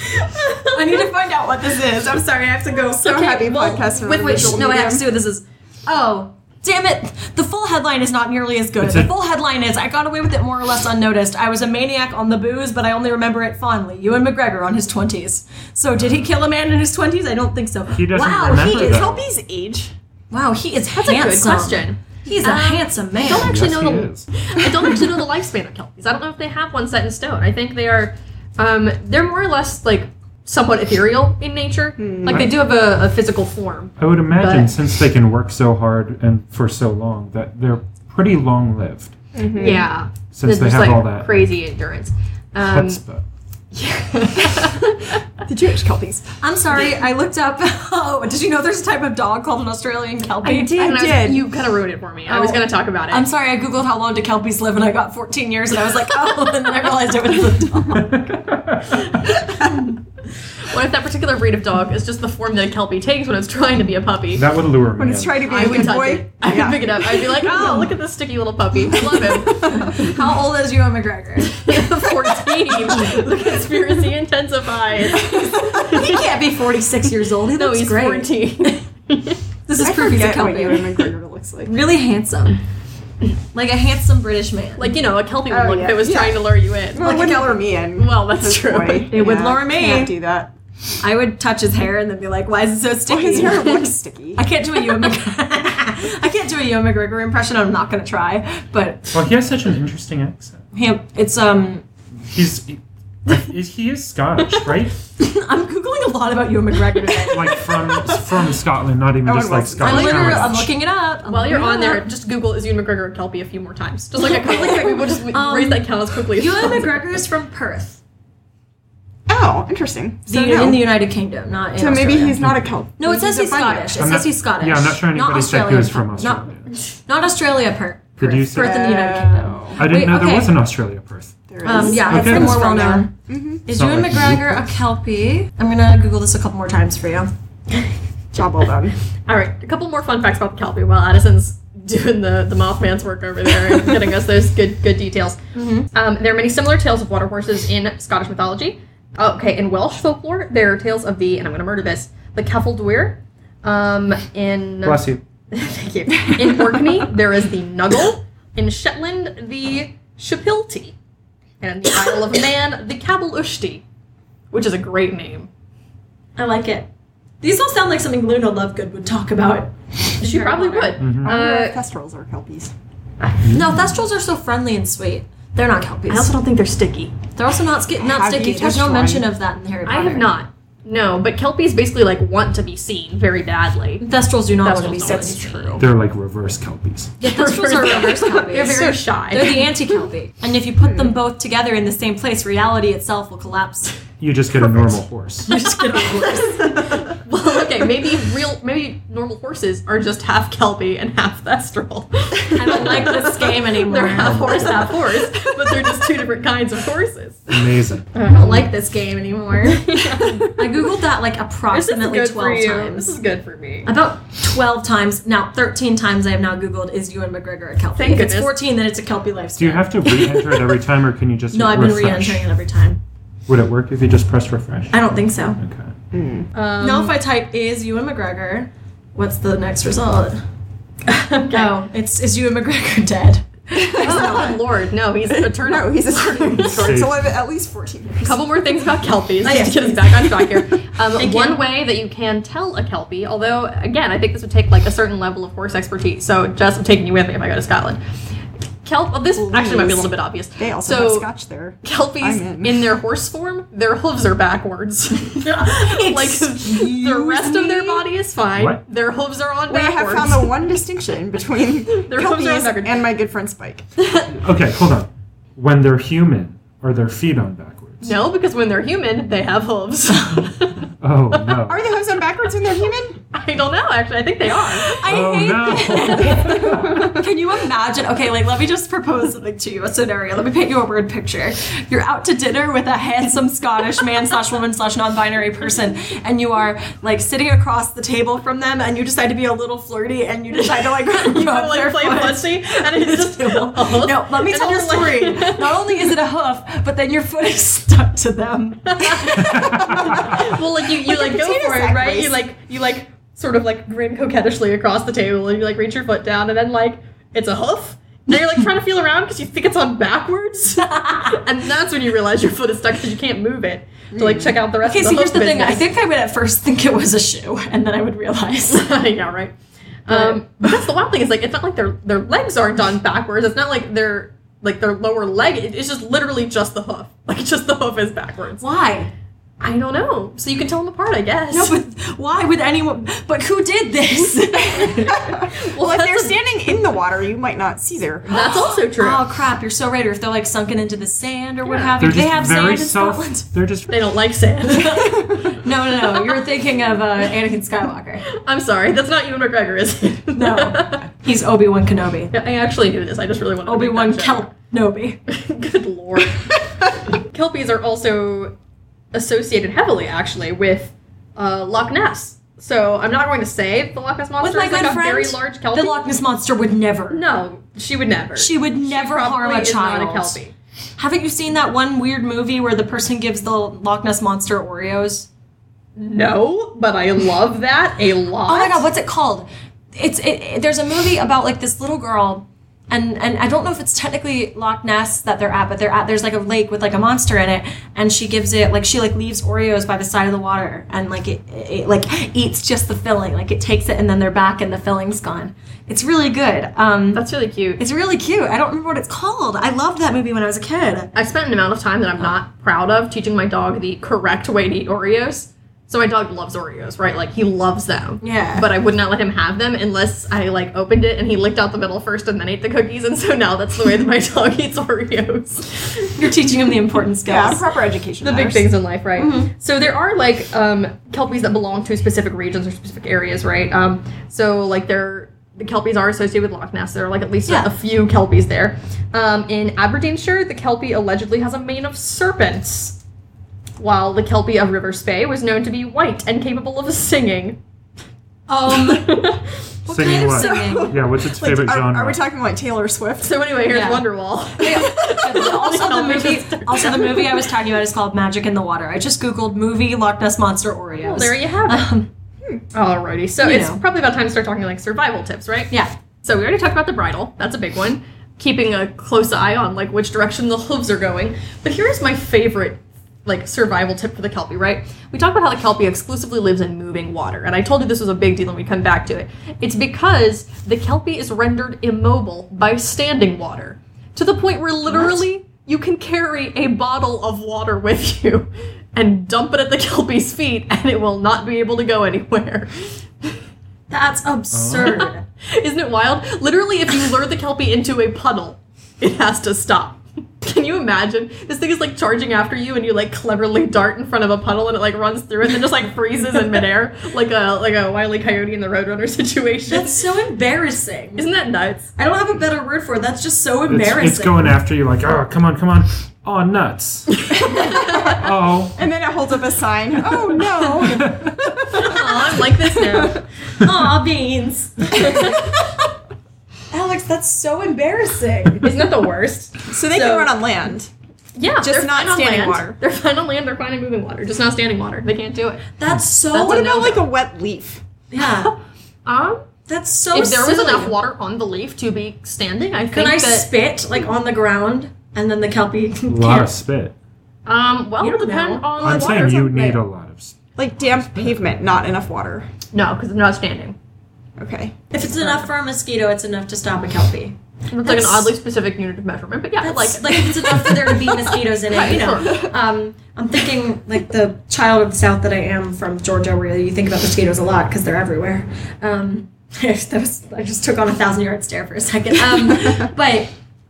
Speaker 3: I need to find out what this is. I'm sorry, I have to go. So
Speaker 6: happy podcast for
Speaker 3: Wait, wait,
Speaker 6: visual
Speaker 3: sh- no, I have
Speaker 6: medium.
Speaker 3: to see what this is. Oh. Damn it! The full headline is not nearly as good.
Speaker 5: It's
Speaker 3: the
Speaker 5: a-
Speaker 3: full headline is I got away with it more or less unnoticed. I was a maniac on the booze, but I only remember it fondly. Ewan McGregor on his 20s. So, did he kill a man in his 20s? I don't think so.
Speaker 5: He doesn't
Speaker 3: wow,
Speaker 5: remember
Speaker 3: he is,
Speaker 5: that.
Speaker 6: Kelpie's age.
Speaker 3: Wow, he is
Speaker 1: That's
Speaker 3: handsome.
Speaker 1: a good question.
Speaker 3: He's a
Speaker 1: Um,
Speaker 3: handsome man.
Speaker 1: Don't actually
Speaker 5: Yes,
Speaker 1: know
Speaker 5: he
Speaker 1: the
Speaker 5: is.
Speaker 1: I don't actually know the lifespan of kelpies. I don't know if they have one set in stone. I think they are, um, they're more or less like somewhat ethereal in nature. Like they do have a, a physical form.
Speaker 5: I would imagine
Speaker 1: But-
Speaker 5: since they can work so hard and for so long that they're pretty long lived
Speaker 1: Yeah,
Speaker 5: since they
Speaker 1: just
Speaker 5: have
Speaker 1: like
Speaker 5: all that
Speaker 1: crazy endurance. Um,
Speaker 5: chutzpah.
Speaker 6: The Jewish Kelpies.
Speaker 3: I'm sorry, I looked up. Oh, did you know there's a type of dog called an Australian Kelpie?
Speaker 1: and I was-
Speaker 6: did.
Speaker 1: you kind of ruined it for me. I was
Speaker 3: Oh.
Speaker 1: going to talk about it.
Speaker 3: I'm sorry, I googled how long do Kelpies live, and I got 14 years, and I was like, oh, and then I realized it was a dog.
Speaker 1: what if that particular breed of dog is just the form that a kelpie takes when it's trying to be a puppy?
Speaker 5: That would lure me.
Speaker 6: When it's
Speaker 5: in.
Speaker 6: trying to be
Speaker 1: I
Speaker 6: a
Speaker 1: would
Speaker 6: good
Speaker 1: touch
Speaker 6: boy.
Speaker 1: it. I would pick it up. I'd be like, oh, look at this sticky little puppy. Love him.
Speaker 3: How old is Ewan McGregor?
Speaker 1: 14. the conspiracy intensifies.
Speaker 3: He can't be 46 years old. He
Speaker 1: No,
Speaker 3: looks
Speaker 1: he's
Speaker 3: great.
Speaker 1: 14.
Speaker 3: This is
Speaker 6: I
Speaker 3: proof he's a
Speaker 6: forget what
Speaker 3: Kelpie.
Speaker 6: Ewan McGregor looks like.
Speaker 3: Really handsome. Like a handsome British man.
Speaker 1: like, you know, a Kelpie would
Speaker 6: Oh,
Speaker 1: look
Speaker 6: yeah.
Speaker 1: if it was
Speaker 6: Yeah.
Speaker 1: trying to lure you in.
Speaker 6: Well, it wouldn't lure me in.
Speaker 1: Well, that's true.
Speaker 6: Boy.
Speaker 3: It would
Speaker 6: Yeah,
Speaker 3: lure me.
Speaker 6: Can't do that.
Speaker 3: I would touch his hair and then be like, why is it so sticky?
Speaker 6: Well, his hair looks sticky.
Speaker 3: I can't do a Ewan McGregor. I can't do a Ewan McGregor impression. I'm not gonna try, but
Speaker 5: Well, he has such an interesting accent.
Speaker 3: him, it's um.
Speaker 5: He's he, he is Scottish, right?
Speaker 3: I'm googling a lot about Ewan McGregor today.
Speaker 5: Like from from Scotland, not even
Speaker 6: Owen
Speaker 5: just like
Speaker 6: Wilson.
Speaker 3: I'm,
Speaker 5: Scottish.
Speaker 3: literally, I'm
Speaker 5: heritage.
Speaker 3: looking it up. I'm
Speaker 1: While you're
Speaker 3: looking it
Speaker 1: on there,
Speaker 3: up.
Speaker 1: just Google is Ewan McGregor a Kelpie a few more times. Just like a couple, like, we'll just
Speaker 3: Um,
Speaker 1: raise that count as quickly as
Speaker 3: Ewan
Speaker 1: possible.
Speaker 3: McGregor is from Perth,
Speaker 6: Oh, interesting. So,
Speaker 3: the-
Speaker 6: no.
Speaker 3: in the United Kingdom, not in
Speaker 6: so maybe
Speaker 3: Australia.
Speaker 6: he's not a Kelp.
Speaker 3: No, it says
Speaker 6: a
Speaker 3: he's
Speaker 6: bunny.
Speaker 3: Scottish. It
Speaker 5: I'm
Speaker 3: says
Speaker 5: not-
Speaker 3: he's Scottish.
Speaker 5: Yeah, I'm not sure anybody said he was from
Speaker 3: Not,
Speaker 5: Australia.
Speaker 3: not Australia, Perth.
Speaker 5: Did
Speaker 3: Perth,
Speaker 5: you say-
Speaker 3: Perth in the United Kingdom?
Speaker 6: Oh,
Speaker 5: I didn't
Speaker 3: Wait,
Speaker 5: know
Speaker 3: okay.
Speaker 5: there was an Australia Perth.
Speaker 6: there is.
Speaker 3: Um, yeah, that's
Speaker 5: Okay.
Speaker 3: the more
Speaker 5: It's
Speaker 3: well
Speaker 6: from
Speaker 3: known. Is
Speaker 5: Not
Speaker 3: Ewan
Speaker 5: like-
Speaker 3: McGregor a Kelpie? I'm gonna Google this a couple more times for you.
Speaker 6: Job well done.
Speaker 1: All right, a couple more fun facts about the Kelpie while Addison's doing the, the Mothman's work over there and getting us those good good details. Um, there are many similar tales of water horses in Scottish mythology. Okay, in Welsh folklore, there are tales of the, and I'm going to murder this, the Caffeldwir. Um, in
Speaker 5: Bless you.
Speaker 1: Thank you. In Orkney, there is the Nuggle. In Shetland, the Shapilty. And in the Isle of Man, the Cabalushti, which is a great name.
Speaker 3: I like it. These all sound like something Luna Lovegood would talk about.
Speaker 1: She probably would.
Speaker 5: Mhm.
Speaker 6: I wonder if
Speaker 1: Uh,
Speaker 6: Kestrels are Kelpies.
Speaker 3: No, Thestrals are so friendly and sweet. They're not Kelpies.
Speaker 4: I also don't think they're sticky.
Speaker 3: They're also not, ski- not
Speaker 6: Have you
Speaker 3: sticky. There's
Speaker 6: touched
Speaker 3: no
Speaker 6: one?
Speaker 3: mention of that in the Harry Potter.
Speaker 1: I have not. No, but Kelpies basically like want to be seen very badly.
Speaker 3: Thestrals do not want to be
Speaker 1: Thestrals
Speaker 3: seen.
Speaker 1: don't.
Speaker 6: true.
Speaker 5: They're like reverse Kelpies.
Speaker 3: Yeah, Thestrals are reverse
Speaker 1: They're
Speaker 3: Kelpies.
Speaker 1: very shy.
Speaker 3: They're the anti-Kelpie. And if you put them both together in the same place, reality itself will collapse.
Speaker 5: You just get a normal horse.
Speaker 1: well, okay, Like maybe real, maybe normal horses are just half Kelpie and half Thestral. I
Speaker 3: don't like this game anymore.
Speaker 1: They're half horse, half horse, but they're just two different kinds of horses.
Speaker 5: Amazing.
Speaker 3: I don't like this game anymore.
Speaker 1: This
Speaker 3: I googled that like
Speaker 1: is
Speaker 3: approximately
Speaker 1: good for
Speaker 3: twelve
Speaker 1: you.
Speaker 3: times.
Speaker 1: This is good for me.
Speaker 3: About 12 times, now 13 times I have now Googled, is Ewan McGregor a Kelpie?
Speaker 1: Thank
Speaker 3: if it's
Speaker 1: goodness.
Speaker 3: 14, then it's a Kelpie lifespan.
Speaker 5: Do you have to re-enter it every time, or can you just
Speaker 3: No, I've been
Speaker 5: refresh?
Speaker 3: re entering it every time.
Speaker 5: Would it work if you just press refresh?
Speaker 3: I don't think so.
Speaker 5: Okay.
Speaker 1: Um,
Speaker 3: now, if I type, is Ewan McGregor, what's the next result? No, it's, is Ewan McGregor dead?
Speaker 1: oh, good lord, no, Oh, he's eternal.
Speaker 6: No, he's a
Speaker 5: Safe.
Speaker 6: So I've at least 14 years.
Speaker 1: couple more things about kelpies
Speaker 3: Oh, yes,
Speaker 1: to get us
Speaker 3: please.
Speaker 1: back on track here. Um,
Speaker 3: Thank
Speaker 1: one
Speaker 3: you.
Speaker 1: way that you can tell a kelpie, although again, I think this would take like a certain level of horse expertise. So, Jess, I'm taking you with me if I go to Scotland. Kelp. Well, this actually might be a little bit obvious.
Speaker 6: They also
Speaker 1: so,
Speaker 6: have scotch there.
Speaker 1: Kelpies
Speaker 6: I'm in.
Speaker 1: in. their horse form, their hooves are backwards. like the rest of their body is fine.
Speaker 5: What?
Speaker 1: Their hooves are on
Speaker 6: We have
Speaker 1: backwards.
Speaker 6: found the one distinction between
Speaker 1: Their homes are
Speaker 6: Kelpies
Speaker 1: backwards.
Speaker 6: and my good friend Spike.
Speaker 5: Okay, hold on. When they're human, are their feet on backwards?
Speaker 1: no, because when they're human, they have hooves. I
Speaker 5: Oh no.
Speaker 6: Are the hooves on backwards when they're human?
Speaker 1: don't know. Actually, I think they are.
Speaker 3: I
Speaker 5: oh
Speaker 3: hate
Speaker 5: no.
Speaker 3: Can you imagine? Okay, like let me just propose something to you, a scenario. Let me paint you a word picture. You're out to dinner with a handsome Scottish man slash woman slash non-binary person, and you are like sitting across the table from them, and you decide to be a little flirty, and you decide to like
Speaker 1: You want to like play fussy, and it's just a hoof.
Speaker 3: No, let me
Speaker 1: And
Speaker 3: tell you a
Speaker 1: I'm like-
Speaker 3: story. Not only is it a hoof, but then your foot is stuck to them.
Speaker 1: well, like you, you like,
Speaker 6: a
Speaker 1: go
Speaker 6: potato
Speaker 1: for it,
Speaker 6: sack
Speaker 1: right?
Speaker 6: race.
Speaker 1: You like you like sort of like grin coquettishly across the table, and you like reach your foot down, and then like it's a hoof. And you're like trying to feel around because you think it's on backwards, and that's when you realize your foot is stuck because you can't move it to like check out the rest.
Speaker 3: Mm. Okay,
Speaker 1: of the
Speaker 3: so here's
Speaker 1: hoof
Speaker 3: the thing. I
Speaker 1: business.
Speaker 3: think I would at first think it was a shoe, and then I would realize.
Speaker 1: yeah, right. Um, but that's the wild thing is like it's not like their their legs aren't on backwards. It's not like their like their lower leg. It- It's just literally just the hoof. Like just the hoof is backwards.
Speaker 3: Why?
Speaker 1: I don't know. So you can tell them apart, I guess.
Speaker 3: No, but why would anyone? But who did this?
Speaker 1: well,
Speaker 6: If
Speaker 1: that's
Speaker 6: they're
Speaker 1: a-
Speaker 6: standing in the water, you might not see their.
Speaker 1: That's also true.
Speaker 3: Oh crap! You're so right. Or if they're like sunken into the sand or what
Speaker 1: Yeah.
Speaker 3: have you,
Speaker 5: They're
Speaker 3: they
Speaker 5: just
Speaker 3: have sand
Speaker 5: very
Speaker 3: in
Speaker 5: self.
Speaker 3: Scotland.
Speaker 5: They're just.
Speaker 1: They don't like sand.
Speaker 3: No, no, no. You're thinking of uh, Anakin Skywalker.
Speaker 1: I'm sorry, that's not Ewan McGregor, is it?
Speaker 3: No. He's Obi Wan Kenobi.
Speaker 1: I actually knew this. I just really wanted
Speaker 3: Obi Wan
Speaker 1: to. make
Speaker 3: Kelp Nobi.
Speaker 1: that joke. Good lord. Kelpies are also associated heavily, actually, with uh, Loch Ness. So I'm not going to say the Loch Ness
Speaker 3: With
Speaker 1: monster
Speaker 3: my
Speaker 1: is like
Speaker 3: good
Speaker 1: a
Speaker 3: friend,
Speaker 1: very large Kelpie.
Speaker 3: the Loch Ness monster would never.
Speaker 1: no, she would never.
Speaker 3: She would never
Speaker 1: probably
Speaker 3: harm a
Speaker 1: is
Speaker 3: child.
Speaker 1: Not a Kelpie.
Speaker 3: Haven't you seen that one weird movie where the person gives the Loch Ness monster Oreos?
Speaker 1: No, but I love that a lot.
Speaker 3: Oh my god, what's it called? It's it, it- there's a movie about like this little girl, and and I don't know if it's technically Loch Ness that they're at, but they're at there's like a lake with like a monster in it, and she gives it like she like leaves Oreos by the side of the water, and like it, it, it, like eats just the filling, like it takes it and then they're back and the filling's gone. It's really good. Um,
Speaker 1: That's really cute.
Speaker 3: it's really cute. I don't remember what it's called. I loved that movie when I was a kid.
Speaker 1: I spent an amount of time that I'm not proud of teaching my dog the correct way to eat Oreos. So my dog loves Oreos, right? Like he loves them.
Speaker 3: Yeah.
Speaker 1: But I would not let him have them unless I like opened it and he licked out the middle first and then ate the cookies. And so now that's the way that my dog eats Oreos.
Speaker 3: You're teaching him the important
Speaker 6: Yeah,
Speaker 3: skills.
Speaker 6: proper education.
Speaker 1: the big
Speaker 6: matters.
Speaker 1: things in life, right?
Speaker 3: Mm-hmm.
Speaker 1: So there are like um, kelpies that belong to specific regions or specific areas, right? Um, so like there, the kelpies are associated with Loch Ness. There are like at least a-
Speaker 3: Yeah.
Speaker 1: a, few kelpies there. Um, in Aberdeenshire, the kelpie allegedly has a mane of serpents, while the kelpie of River Spey was known to be white and capable of singing.
Speaker 3: Um, what
Speaker 5: Singing
Speaker 3: kind of
Speaker 5: what?
Speaker 3: singing?
Speaker 5: Yeah, what's its
Speaker 6: Like,
Speaker 5: favorite
Speaker 6: are,
Speaker 5: genre?
Speaker 6: are we talking like Taylor Swift?
Speaker 1: so anyway, here's
Speaker 3: Yeah.
Speaker 1: Wonderwall.
Speaker 3: also the
Speaker 1: Help me
Speaker 3: movie
Speaker 1: just-
Speaker 3: also the movie I was talking about is called Magic in the Water. I just googled movie Loch Ness monster Oreos.
Speaker 1: Well, there you have it. Hmm.
Speaker 3: Um,
Speaker 1: Alrighty, so
Speaker 3: You
Speaker 1: it's
Speaker 3: know.
Speaker 1: probably about time to start talking like survival tips, right?
Speaker 3: yeah.
Speaker 1: So we already talked about the bridle. That's a big one. Keeping a close eye on like which direction the hooves are going. But here is my favorite like survival tip for the kelpie, right? We talked about how the kelpie exclusively lives in moving water, and I told you this was a big deal and we come back to it. It's because the kelpie is rendered immobile by standing water to the point where literally you can carry a bottle of water with you and dump it at the kelpie's feet and it will not be able to go anywhere.
Speaker 3: That's absurd.
Speaker 1: Isn't it wild? Literally, if you lure the Kelpie into a puddle, it has to stop. Can you imagine? This thing is like charging after you, and you like cleverly dart in front of a puddle, and it like runs through it, and then just like freezes in midair, like a like a wily coyote in the Roadrunner situation.
Speaker 3: That's so embarrassing.
Speaker 1: Isn't that nuts?
Speaker 3: I don't have a better word for it. That's just so
Speaker 5: It's,
Speaker 3: embarrassing.
Speaker 5: it's going after you like, oh, come on, come on. Oh, nuts. oh.
Speaker 6: And then it holds up a sign. Oh no!
Speaker 1: Aw, I like this now.
Speaker 3: Aw, Ah, beans. Alex, that's so embarrassing.
Speaker 1: Isn't that the worst?
Speaker 6: So they
Speaker 1: So-
Speaker 6: can run on land.
Speaker 1: Yeah,
Speaker 6: Just
Speaker 1: they're
Speaker 6: not
Speaker 1: fine on
Speaker 6: standing
Speaker 1: land.
Speaker 6: water.
Speaker 1: They're fine on land. They're fine in moving water, just not standing water. They can't do it.
Speaker 3: That's so.
Speaker 6: What
Speaker 3: a
Speaker 6: about
Speaker 3: no-go.
Speaker 6: like a wet leaf?
Speaker 3: Yeah,
Speaker 1: Um,
Speaker 3: that's so.
Speaker 1: if there was
Speaker 3: silly.
Speaker 1: enough water on the leaf to be standing, I
Speaker 3: could
Speaker 1: think
Speaker 3: I
Speaker 1: that.
Speaker 3: spit like on the ground and then the kelpie?
Speaker 5: A lot
Speaker 3: can't-
Speaker 5: of spit.
Speaker 1: Um, well,
Speaker 3: You
Speaker 1: it'll
Speaker 3: don't
Speaker 1: depend
Speaker 3: know.
Speaker 1: on
Speaker 5: I'm
Speaker 1: the
Speaker 5: saying
Speaker 1: water.
Speaker 5: you need a lot of spit.
Speaker 6: Like damp pavement, not enough water.
Speaker 1: No, because they're not standing.
Speaker 6: Okay.
Speaker 3: If it's enough for a mosquito, it's enough to stop a kelpie.
Speaker 1: It's like an
Speaker 3: That's-
Speaker 1: oddly specific unit of measurement, but yeah, I
Speaker 3: That's
Speaker 1: like it.
Speaker 3: like, if it's enough for there to be mosquitoes in it, you know. Um, I'm thinking like the child of the South that I am from Georgia, where you think about mosquitoes a lot because they're everywhere. Um, that was, I just took on a thousand yard stare for a second. Um, but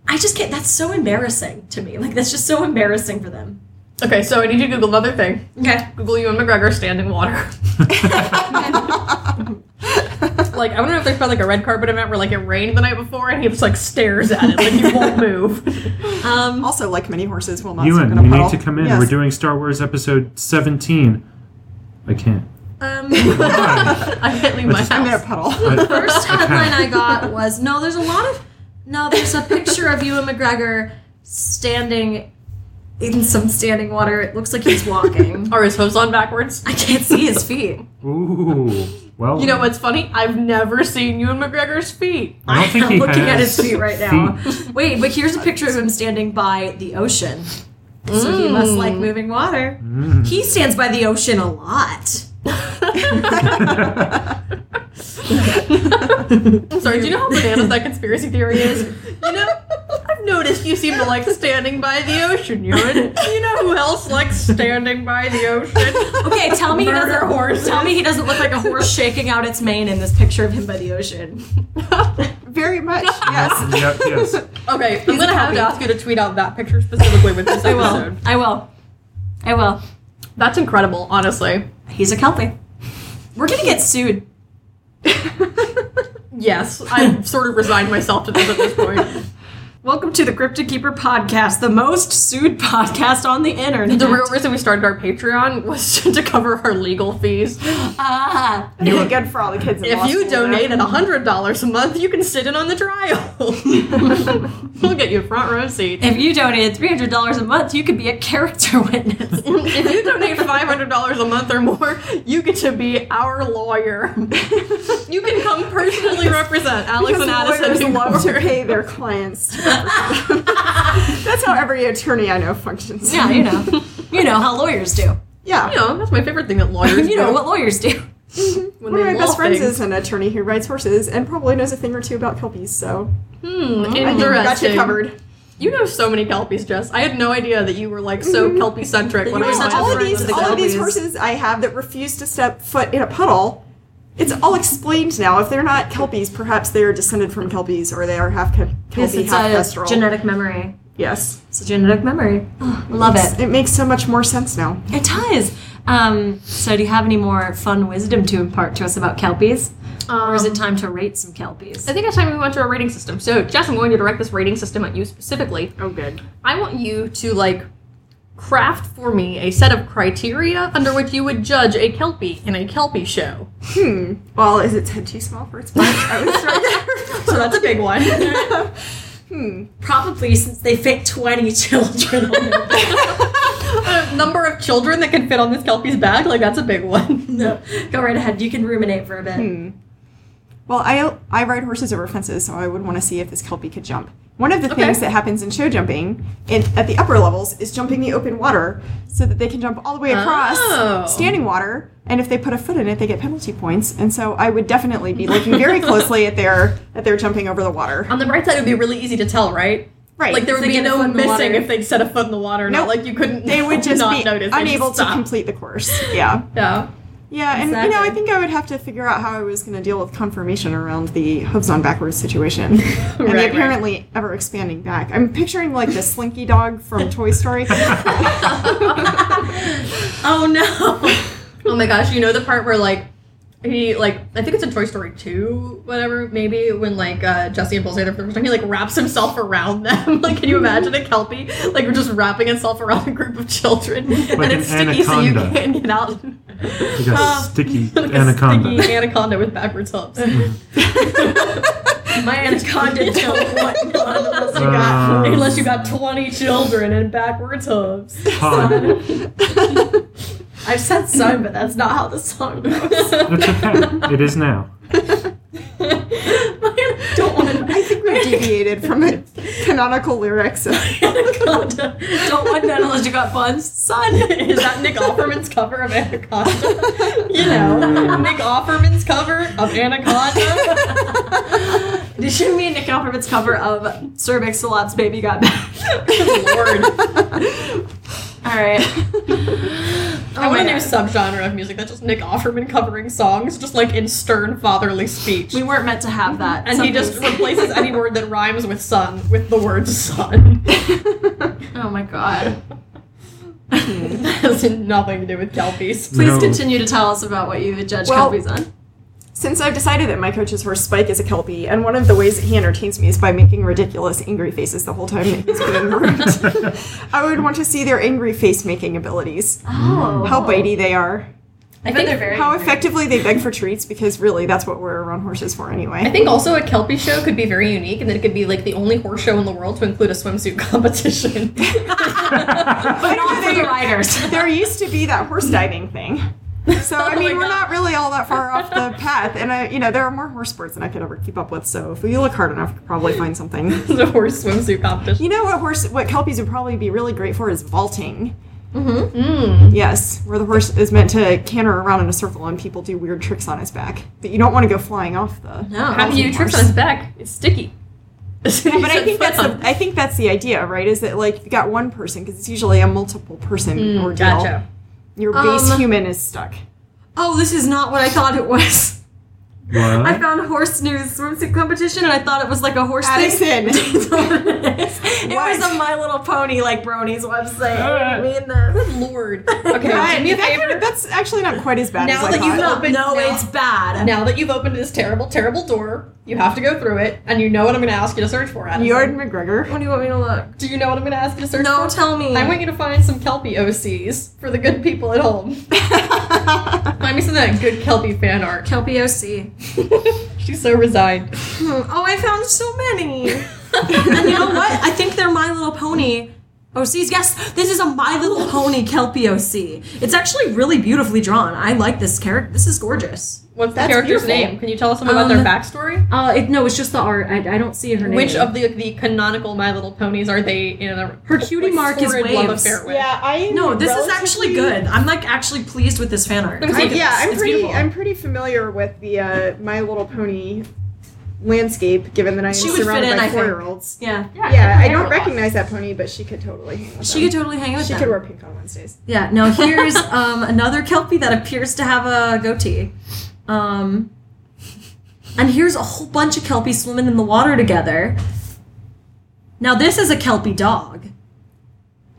Speaker 3: I just can't. That's so embarrassing to me. Like that's just so embarrassing for them.
Speaker 1: Okay, so I need you to Google another thing.
Speaker 3: Okay.
Speaker 1: Google you and McGregor standing water. like I wonder if there's probably like a red carpet event where like it rained the night before and he just like stares at it like he won't move.
Speaker 3: Um,
Speaker 6: Also, like many horses, will not sleep
Speaker 5: Ewan,
Speaker 6: in a
Speaker 5: you
Speaker 6: puddle.
Speaker 5: need to come in.
Speaker 6: Yes.
Speaker 5: We're doing Star Wars Episode 17. I can't.
Speaker 3: um,
Speaker 1: I can't leave my
Speaker 5: Just-
Speaker 6: I'm in a
Speaker 1: house.
Speaker 6: puddle.
Speaker 5: But
Speaker 3: first headline I got was no, there's a lot of no, there's a picture of Ewan McGregor standing in some standing water. It looks like he's walking.
Speaker 1: Are his hooves on backwards?
Speaker 3: I can't see his feet.
Speaker 5: ooh, well,
Speaker 1: You know what's funny? I've never seen you and McGregor's feet.
Speaker 5: I don't think
Speaker 3: I'm
Speaker 5: he
Speaker 3: looking at
Speaker 5: has
Speaker 3: his feet right now. Wait, but here's a picture of him standing by the ocean. So he must
Speaker 1: Mm.
Speaker 3: like moving water. He stands by the ocean a lot.
Speaker 1: I'm sorry, do you know how bananas that conspiracy theory is? You know, I've noticed you seem to like standing by the ocean, Ewan. You know who else likes standing by the ocean?
Speaker 3: Okay, tell me he
Speaker 1: Murder
Speaker 3: doesn't
Speaker 1: horses.
Speaker 3: tell me he doesn't look like a horse shaking out its mane in this picture of him by the ocean.
Speaker 6: Very much. Yes.
Speaker 5: yep, yes.
Speaker 1: Okay, I'm gonna have to ask you to tweet out that picture specifically with this
Speaker 3: I will.
Speaker 1: episode.
Speaker 3: I will. I will.
Speaker 1: That's incredible, honestly.
Speaker 3: He's a kelpie. We're gonna get sued.
Speaker 1: Yes, I've sort of resigned myself to this at this point.
Speaker 3: Welcome to the Cryptic Keeper podcast, the most sued podcast on the internet.
Speaker 1: The real reason we started our Patreon was to cover our legal fees.
Speaker 3: ah,
Speaker 6: Really good for all the kids. In law
Speaker 1: If you
Speaker 6: school, though.
Speaker 1: donated $100 a month, you can sit in on the trial. we'll get you a front row seat.
Speaker 3: if you donated three hundred dollars a month, you could be a character witness.
Speaker 1: if you donate five hundred dollars a month or more, you get to be our lawyer. you can come personally represent Alex
Speaker 6: Because
Speaker 1: and Addison.
Speaker 6: lawyers
Speaker 1: in
Speaker 6: love to
Speaker 1: court.
Speaker 6: pay their clients. to represent them. That's how every attorney I know functions.
Speaker 3: yeah, you know, you know how lawyers do.
Speaker 6: Yeah.
Speaker 1: You know, that's my favorite thing that lawyers
Speaker 3: You know
Speaker 1: do
Speaker 3: what lawyers do.
Speaker 1: when
Speaker 6: One of
Speaker 1: they
Speaker 6: my best
Speaker 1: law
Speaker 6: friends
Speaker 1: things.
Speaker 6: is an attorney who rides horses and probably knows a thing or two about kelpies, so
Speaker 1: Hmm,
Speaker 6: I think we got you
Speaker 1: interesting.
Speaker 6: covered.
Speaker 1: You know so many kelpies, Jess. I had no idea that you were like so kelpie centric when
Speaker 3: you
Speaker 1: I
Speaker 3: were
Speaker 1: was
Speaker 3: such a
Speaker 6: Oh, all of
Speaker 3: friend
Speaker 6: these,
Speaker 3: of the
Speaker 6: all of these
Speaker 3: kelpies.
Speaker 6: horses I have that refuse to step foot in a puddle. It's all explained now. If they're not kelpies, perhaps they are descended from kelpies, or they are half ke- kelpie, half kestrel.
Speaker 3: genetic memory.
Speaker 6: yes,
Speaker 3: It's a genetic memory. Oh, love it.
Speaker 6: it makes so much more sense now.
Speaker 3: It does. Um, so, do you have any more fun wisdom to impart to us about kelpies, or is it time to rate some kelpies?
Speaker 1: Um, I think it's time we went to a rating system. So, Jess, I'm going to direct this rating system at you specifically.
Speaker 6: Oh, good.
Speaker 1: I want you to like craft for me a set of criteria under which you would judge a kelpie in a kelpie show.
Speaker 6: Hmm. Well, is its head too small for its body? I was right
Speaker 1: So that's a big one.
Speaker 3: Probably since they fit twenty children. on their
Speaker 1: Uh, number of children that can fit on this kelpie's back, like that's a big one.
Speaker 3: No, go right ahead. You can ruminate for a bit.
Speaker 6: Well, I I ride horses over fences, so I would want to see if this kelpie could jump. One of the
Speaker 1: Okay.
Speaker 6: things that happens in show jumping in, at the upper levels is jumping the open water so that they can jump all the way across
Speaker 1: Oh.
Speaker 6: standing water. And if they put a foot in it, they get penalty points. And so I would definitely be looking very closely at their at their jumping over the water.
Speaker 1: On the bright side, it would be really easy to tell, right?
Speaker 6: Right.
Speaker 1: Like there would
Speaker 3: They
Speaker 1: be
Speaker 3: get a
Speaker 1: no
Speaker 3: foot in the water.
Speaker 1: missing if they set a foot in the water. Not
Speaker 6: Nope.
Speaker 1: like you couldn't.
Speaker 6: they would just
Speaker 1: not
Speaker 6: be
Speaker 1: notice. They'd
Speaker 6: unable
Speaker 1: just
Speaker 6: to
Speaker 1: stop.
Speaker 6: complete the course. Yeah.
Speaker 1: Yeah.
Speaker 6: Yeah, and you know, I
Speaker 3: Exactly.
Speaker 6: think I would have to figure out how I was going to deal with confirmation around the hooves on backwards situation and
Speaker 1: Right,
Speaker 6: the
Speaker 1: right.
Speaker 6: apparently ever expanding back. I'm picturing like the Slinky Dog from Toy Story.
Speaker 3: Oh no.
Speaker 1: Oh my gosh, you know the part where like he like I think it's in Toy Story two, whatever maybe when like uh, Jesse and Bullseye are the first time he like wraps himself around them. like, can you
Speaker 6: Mm-hmm.
Speaker 1: imagine a kelpie like just wrapping itself around a group of children and
Speaker 5: an
Speaker 1: it's sticky so you
Speaker 5: anaconda.
Speaker 1: can't get out? Um,
Speaker 5: Like a
Speaker 3: Um,
Speaker 5: sticky
Speaker 1: like a
Speaker 5: anaconda.
Speaker 1: sticky anaconda with backwards hooves.
Speaker 3: My anaconda don't want none of us.
Speaker 5: Um,
Speaker 1: Unless you got twenty children and backwards hooves.
Speaker 5: pun.
Speaker 3: I've said son, but that's not how the song goes.
Speaker 5: That's okay. It is now.
Speaker 3: I don't want
Speaker 6: I think we've deviated from the canonical lyrics. Of,
Speaker 3: anaconda. Don't want none unless you got buns. Son.
Speaker 1: Is that Nick Offerman's cover of Anaconda? You know, Nick Offerman's cover of Anaconda.
Speaker 3: This should be a Nick Offerman's cover of Sir Mix-a-Lot's Baby Got Back.
Speaker 1: Lord.
Speaker 3: All right.
Speaker 1: I want a
Speaker 3: Oh my
Speaker 1: new
Speaker 3: God.
Speaker 1: subgenre of music that's just Nick Offerman covering songs, just like in stern fatherly speech.
Speaker 3: We weren't meant to have that.
Speaker 1: and he just
Speaker 3: Something's-
Speaker 1: replaces any word that rhymes with son with the word son.
Speaker 3: Oh my god.
Speaker 1: that has nothing to do with Kelpies.
Speaker 3: Please
Speaker 5: No.
Speaker 3: continue to tell us about what you would judge
Speaker 6: Well-
Speaker 3: Kelpies on.
Speaker 6: since I've decided that my coach's horse Spike is a kelpie, and one of the ways that he entertains me is by making ridiculous angry faces the whole time that he's been in the room, I would want to see their angry face making abilities,
Speaker 3: Oh.
Speaker 6: how bitey they are.
Speaker 1: I think
Speaker 3: they're very
Speaker 6: How effectively they beg for treats, because really that's what we're around horses for anyway.
Speaker 1: I think also a Kelpie show could be very unique and that it could be like the only horse show in the world to include a swimsuit competition.
Speaker 6: I don't know,
Speaker 3: For the riders.
Speaker 6: there used to be that horse diving thing. So I mean,
Speaker 1: Oh my
Speaker 6: we're
Speaker 1: God.
Speaker 6: not really all that far off the path, and I, you know, there are more horse sports than I could ever keep up with. So if we look hard enough, we could probably find something.
Speaker 1: the horse swimsuit competition.
Speaker 6: You know what horse, what kelpies would probably be really great for is vaulting. Hmm.
Speaker 1: Mm.
Speaker 6: Yes, where the horse is meant to canter around in a circle and people do weird tricks on his back, but you don't want to go flying off the.
Speaker 3: No.
Speaker 1: How do you
Speaker 6: vaulting
Speaker 1: trip on
Speaker 6: horse.
Speaker 1: his back? It's sticky.
Speaker 6: No, but I think that's the, I think that's the idea, right? Is that like you got one person because it's usually a multiple person or deal.
Speaker 1: Hmm, gotcha.
Speaker 6: Your base
Speaker 3: Um,
Speaker 6: human is stuck.
Speaker 3: Oh, this is not what I thought it was. I
Speaker 5: What?
Speaker 3: found horse news swimsuit competition, and I thought it was like a horse
Speaker 6: Addison.
Speaker 3: thing. it
Speaker 6: What?
Speaker 3: was a My Little Pony like bronies website. I mean uh, the
Speaker 1: Good lord. Okay,
Speaker 6: Right,
Speaker 1: do me a
Speaker 6: that
Speaker 1: favor.
Speaker 6: kind of- that's actually not quite as bad
Speaker 1: Now
Speaker 6: as I
Speaker 1: that you've not-
Speaker 6: thought.
Speaker 1: But
Speaker 3: no,
Speaker 1: now-
Speaker 3: it's bad.
Speaker 1: Now that you've opened this terrible, terrible door, you have to go through it, and you know what I'm going to ask you to search for. Addison.
Speaker 6: Jordan McGregor.
Speaker 3: What do you want me to look?
Speaker 1: Do you know what I'm going to ask you to search
Speaker 3: No,
Speaker 1: for?
Speaker 3: tell me.
Speaker 1: I want you to find some Kelpie OCs for the good people at home. find me some of that good Kelpie fan art.
Speaker 3: Kelpie OC.
Speaker 1: She's so resigned.
Speaker 3: Hmm, Oh, I found so many. and you know what? I think they're My Little Pony OCs. Yes, this is a My Little Pony Kelpie OC. It's actually really beautifully drawn. I like this character. This is gorgeous.
Speaker 1: What's the
Speaker 3: That's
Speaker 1: character's
Speaker 3: beautiful.
Speaker 1: name? Can you tell us some about their
Speaker 3: Um,
Speaker 1: backstory?
Speaker 3: Uh, it, no, it's just the art. I, I don't see her name.
Speaker 1: Which of the the canonical My Little Ponies are they in a
Speaker 3: Her cutie
Speaker 1: like,
Speaker 3: mark is
Speaker 1: horrid love
Speaker 3: waves.
Speaker 1: affair with?
Speaker 6: I
Speaker 3: No, this is actually good. I'm like actually pleased with this fan art.
Speaker 1: Let me see.
Speaker 3: I-
Speaker 6: yeah, I'm
Speaker 1: It's
Speaker 6: pretty.
Speaker 1: beautiful.
Speaker 6: I'm pretty familiar with the uh, My Little Pony landscape, given that I am
Speaker 3: She would fit
Speaker 6: surrounded
Speaker 3: in, I
Speaker 6: by
Speaker 3: think.
Speaker 6: four year olds.
Speaker 3: Yeah,
Speaker 6: Yeah, I
Speaker 1: never
Speaker 6: don't
Speaker 1: lost.
Speaker 6: recognize that pony, but she could totally. Hang with
Speaker 3: she
Speaker 6: them.
Speaker 3: could totally hang with
Speaker 6: She
Speaker 3: them.
Speaker 6: could wear pink on Wednesdays.
Speaker 3: Yeah. Now here's um, another kelpie that appears to have a goatee, um, and here's a whole bunch of kelpies swimming in the water together. Now this is a kelpie dog.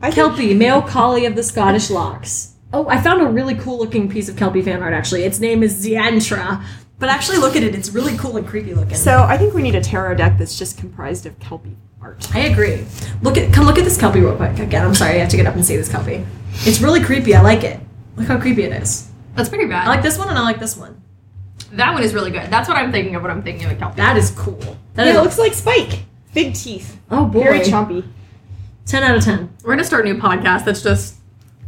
Speaker 6: I think
Speaker 3: Kelpie, male collie of the Scottish Locks. Oh, I found a really cool looking piece of kelpie fan art. Actually, its name is Ziantra. But actually, look at it. It's really cool and creepy looking.
Speaker 6: so. I think we need a tarot deck that's just comprised of kelpie art.
Speaker 3: I agree. Look at come look at this Kelpie real quick. Again, I'm sorry, I have to get up and see this Kelpie. It's really creepy. I like it. Look how creepy it is.
Speaker 1: That's pretty bad.
Speaker 3: I like this one and I like this one.
Speaker 1: That one is really good. That's what I'm thinking of when I'm thinking of a Kelpie.
Speaker 3: That is cool. That
Speaker 6: Yeah,
Speaker 3: is
Speaker 6: it looks like Spike. Big teeth.
Speaker 3: oh boy.
Speaker 6: Very chompy.
Speaker 3: ten out of ten.
Speaker 1: We're gonna start a new podcast that's just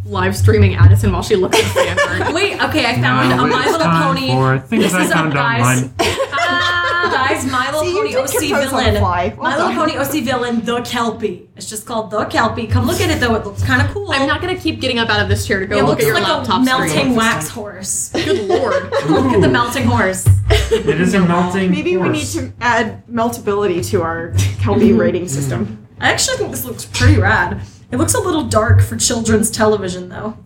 Speaker 1: live streaming Addison while she looks at fan art.
Speaker 3: Wait, okay, I found
Speaker 5: Now
Speaker 3: a My
Speaker 5: it's
Speaker 3: Little
Speaker 5: time
Speaker 3: Pony.
Speaker 5: for things
Speaker 3: This
Speaker 5: I
Speaker 3: is a
Speaker 5: found
Speaker 3: nice-
Speaker 5: online.
Speaker 3: Uh, Guys, My Little
Speaker 6: See, you
Speaker 3: Pony
Speaker 6: did
Speaker 3: OC
Speaker 6: compose on the
Speaker 3: villain.
Speaker 6: fly. Well
Speaker 3: My Little
Speaker 6: done.
Speaker 3: Pony OC villain, the Kelpie. It's just called the Kelpie. Come look at it though. It looks kind of cool.
Speaker 1: I'm not gonna keep getting up out of this chair to go
Speaker 3: It
Speaker 1: look
Speaker 3: looks
Speaker 1: at your
Speaker 3: like
Speaker 1: laptop
Speaker 3: a melting
Speaker 1: screen.
Speaker 3: wax horse.
Speaker 1: Good lord.
Speaker 3: look at the melting horse.
Speaker 5: It is a melting.
Speaker 6: Maybe we need
Speaker 5: horse.
Speaker 6: to add meltability to our kelpie rating system.
Speaker 3: I actually think this looks pretty rad. It looks a little dark for children's television, though.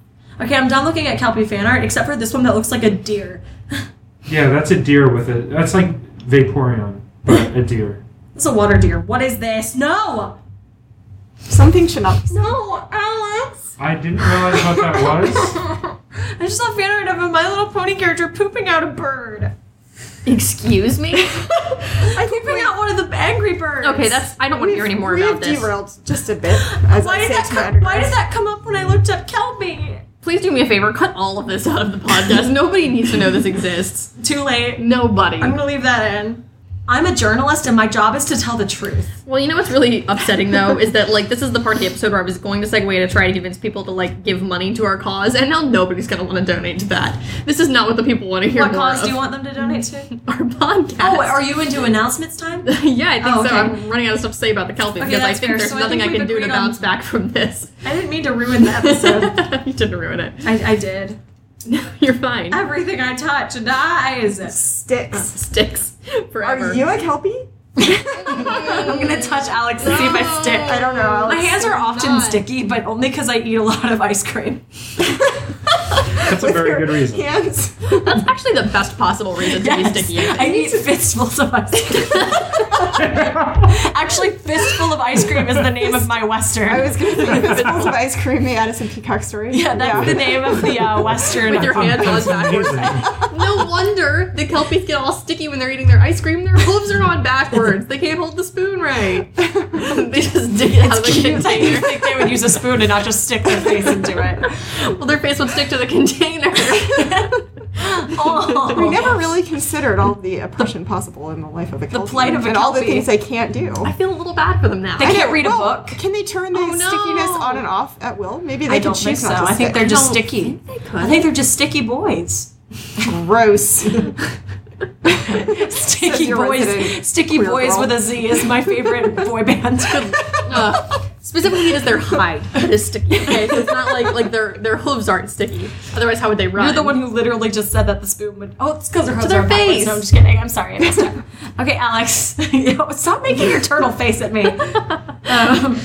Speaker 3: Okay, I'm done looking at Kelpie fan art except for this one that looks like a deer.
Speaker 5: Yeah, that's a deer with a. That's like Vaporeon, but a deer.
Speaker 3: It's a water deer. What is this? No!
Speaker 6: Something should not.
Speaker 3: No, Alex!
Speaker 5: I didn't realize what that was.
Speaker 3: I just saw fan art of a My Little Pony character pooping out a bird.
Speaker 1: Excuse me?
Speaker 3: I pooping out one of the angry birds.
Speaker 1: okay, that's. I don't want to hear any more
Speaker 6: We've
Speaker 1: about this.
Speaker 6: derailed just a bit. As
Speaker 3: Why
Speaker 6: I
Speaker 3: did,
Speaker 6: say
Speaker 3: that
Speaker 6: to my
Speaker 3: come, why
Speaker 6: undergrads.
Speaker 3: did that come up when I looked up Kelpie?
Speaker 1: Please do me a favor, cut all of this out of the podcast. Nobody needs to know this exists.
Speaker 3: Too late.
Speaker 1: Nobody.
Speaker 3: I'm gonna leave that in. I'm a journalist and my job is to tell the truth.
Speaker 1: Well, you know what's really upsetting though is that like this is the part of the episode where I was going to segue to try to convince people to like give money to our cause, and now nobody's gonna want to donate to that. This is not what the people want to hear.
Speaker 3: what
Speaker 1: more
Speaker 3: cause
Speaker 1: of.
Speaker 3: do you want them to donate to?
Speaker 1: Our podcast.
Speaker 3: Oh, are you into announcements time?
Speaker 1: yeah, I think
Speaker 3: Oh,
Speaker 1: so.
Speaker 3: okay.
Speaker 1: I'm running out of stuff to say about the Kelpie
Speaker 3: Okay,
Speaker 1: because I
Speaker 3: that's
Speaker 1: think
Speaker 3: fair.
Speaker 1: there's
Speaker 3: So I
Speaker 1: nothing I,
Speaker 3: think we've
Speaker 1: can do to
Speaker 3: agreed on-
Speaker 1: bounce back from this.
Speaker 3: I didn't mean to ruin the episode.
Speaker 1: you didn't ruin it.
Speaker 3: I, I did.
Speaker 1: You're fine.
Speaker 3: Everything I touch dies.
Speaker 6: sticks?
Speaker 1: Sticks forever.
Speaker 6: Are you a kelpie?
Speaker 3: I'm gonna touch Alex and see if I stick.
Speaker 6: I don't know. Alex.
Speaker 3: My hands are often sticky, but only because I eat a lot of ice cream.
Speaker 5: That's a
Speaker 6: With
Speaker 5: very
Speaker 6: your
Speaker 5: good reason.
Speaker 6: Hands.
Speaker 1: That's actually the best possible reason to be sticky. I
Speaker 3: I eat fistfuls of ice cream. Actually, fistful of ice cream is the name of my western.
Speaker 6: I was going to think of Smells of Ice Cream, the Addison Peacock story.
Speaker 3: yeah, that's the name of the uh, western.
Speaker 1: With your hands on backwards.
Speaker 5: Amazing.
Speaker 1: No wonder the kelpies get all sticky when they're eating their ice cream. Their hooves are on backwards. They can't hold the spoon right. they just dig it out of the
Speaker 3: I do
Speaker 1: container.
Speaker 3: think they would use a spoon and not just stick their face into it.
Speaker 1: Well, their face would stick to the container.
Speaker 3: Oh.
Speaker 6: We never really considered all the oppression possible in the life of a kelpie.
Speaker 3: plight of a
Speaker 6: And all the
Speaker 3: kelpie.
Speaker 6: things they can't do.
Speaker 1: I feel a little bad for them now.
Speaker 3: They can't read a
Speaker 6: Well,
Speaker 3: book.
Speaker 6: Can they turn the
Speaker 1: Oh, no.
Speaker 6: stickiness on and off at will? Maybe they
Speaker 3: I
Speaker 6: can
Speaker 3: don't think
Speaker 6: choose
Speaker 3: so.
Speaker 6: not to
Speaker 3: I think
Speaker 6: stick.
Speaker 3: they're just
Speaker 1: I don't
Speaker 3: sticky.
Speaker 1: They could.
Speaker 3: I think they're just sticky boys.
Speaker 6: gross. Says
Speaker 3: Sticky
Speaker 6: your
Speaker 3: boys.
Speaker 6: resident
Speaker 3: Sticky
Speaker 6: queer
Speaker 3: boys
Speaker 6: girl.
Speaker 3: with a Z is my favorite boy band.
Speaker 1: Uh, specifically, it is their hide that is sticky. Okay, so it's not like like their their hooves aren't sticky. Otherwise, how would they run?
Speaker 3: You're the one who literally just said that the spoon would. Oh, it's because her hooves
Speaker 1: their
Speaker 3: are backwards.
Speaker 1: face.
Speaker 3: No, I'm just kidding. I'm sorry. I messed up. okay, Alex, Yo, stop making your turtle face at me. Um,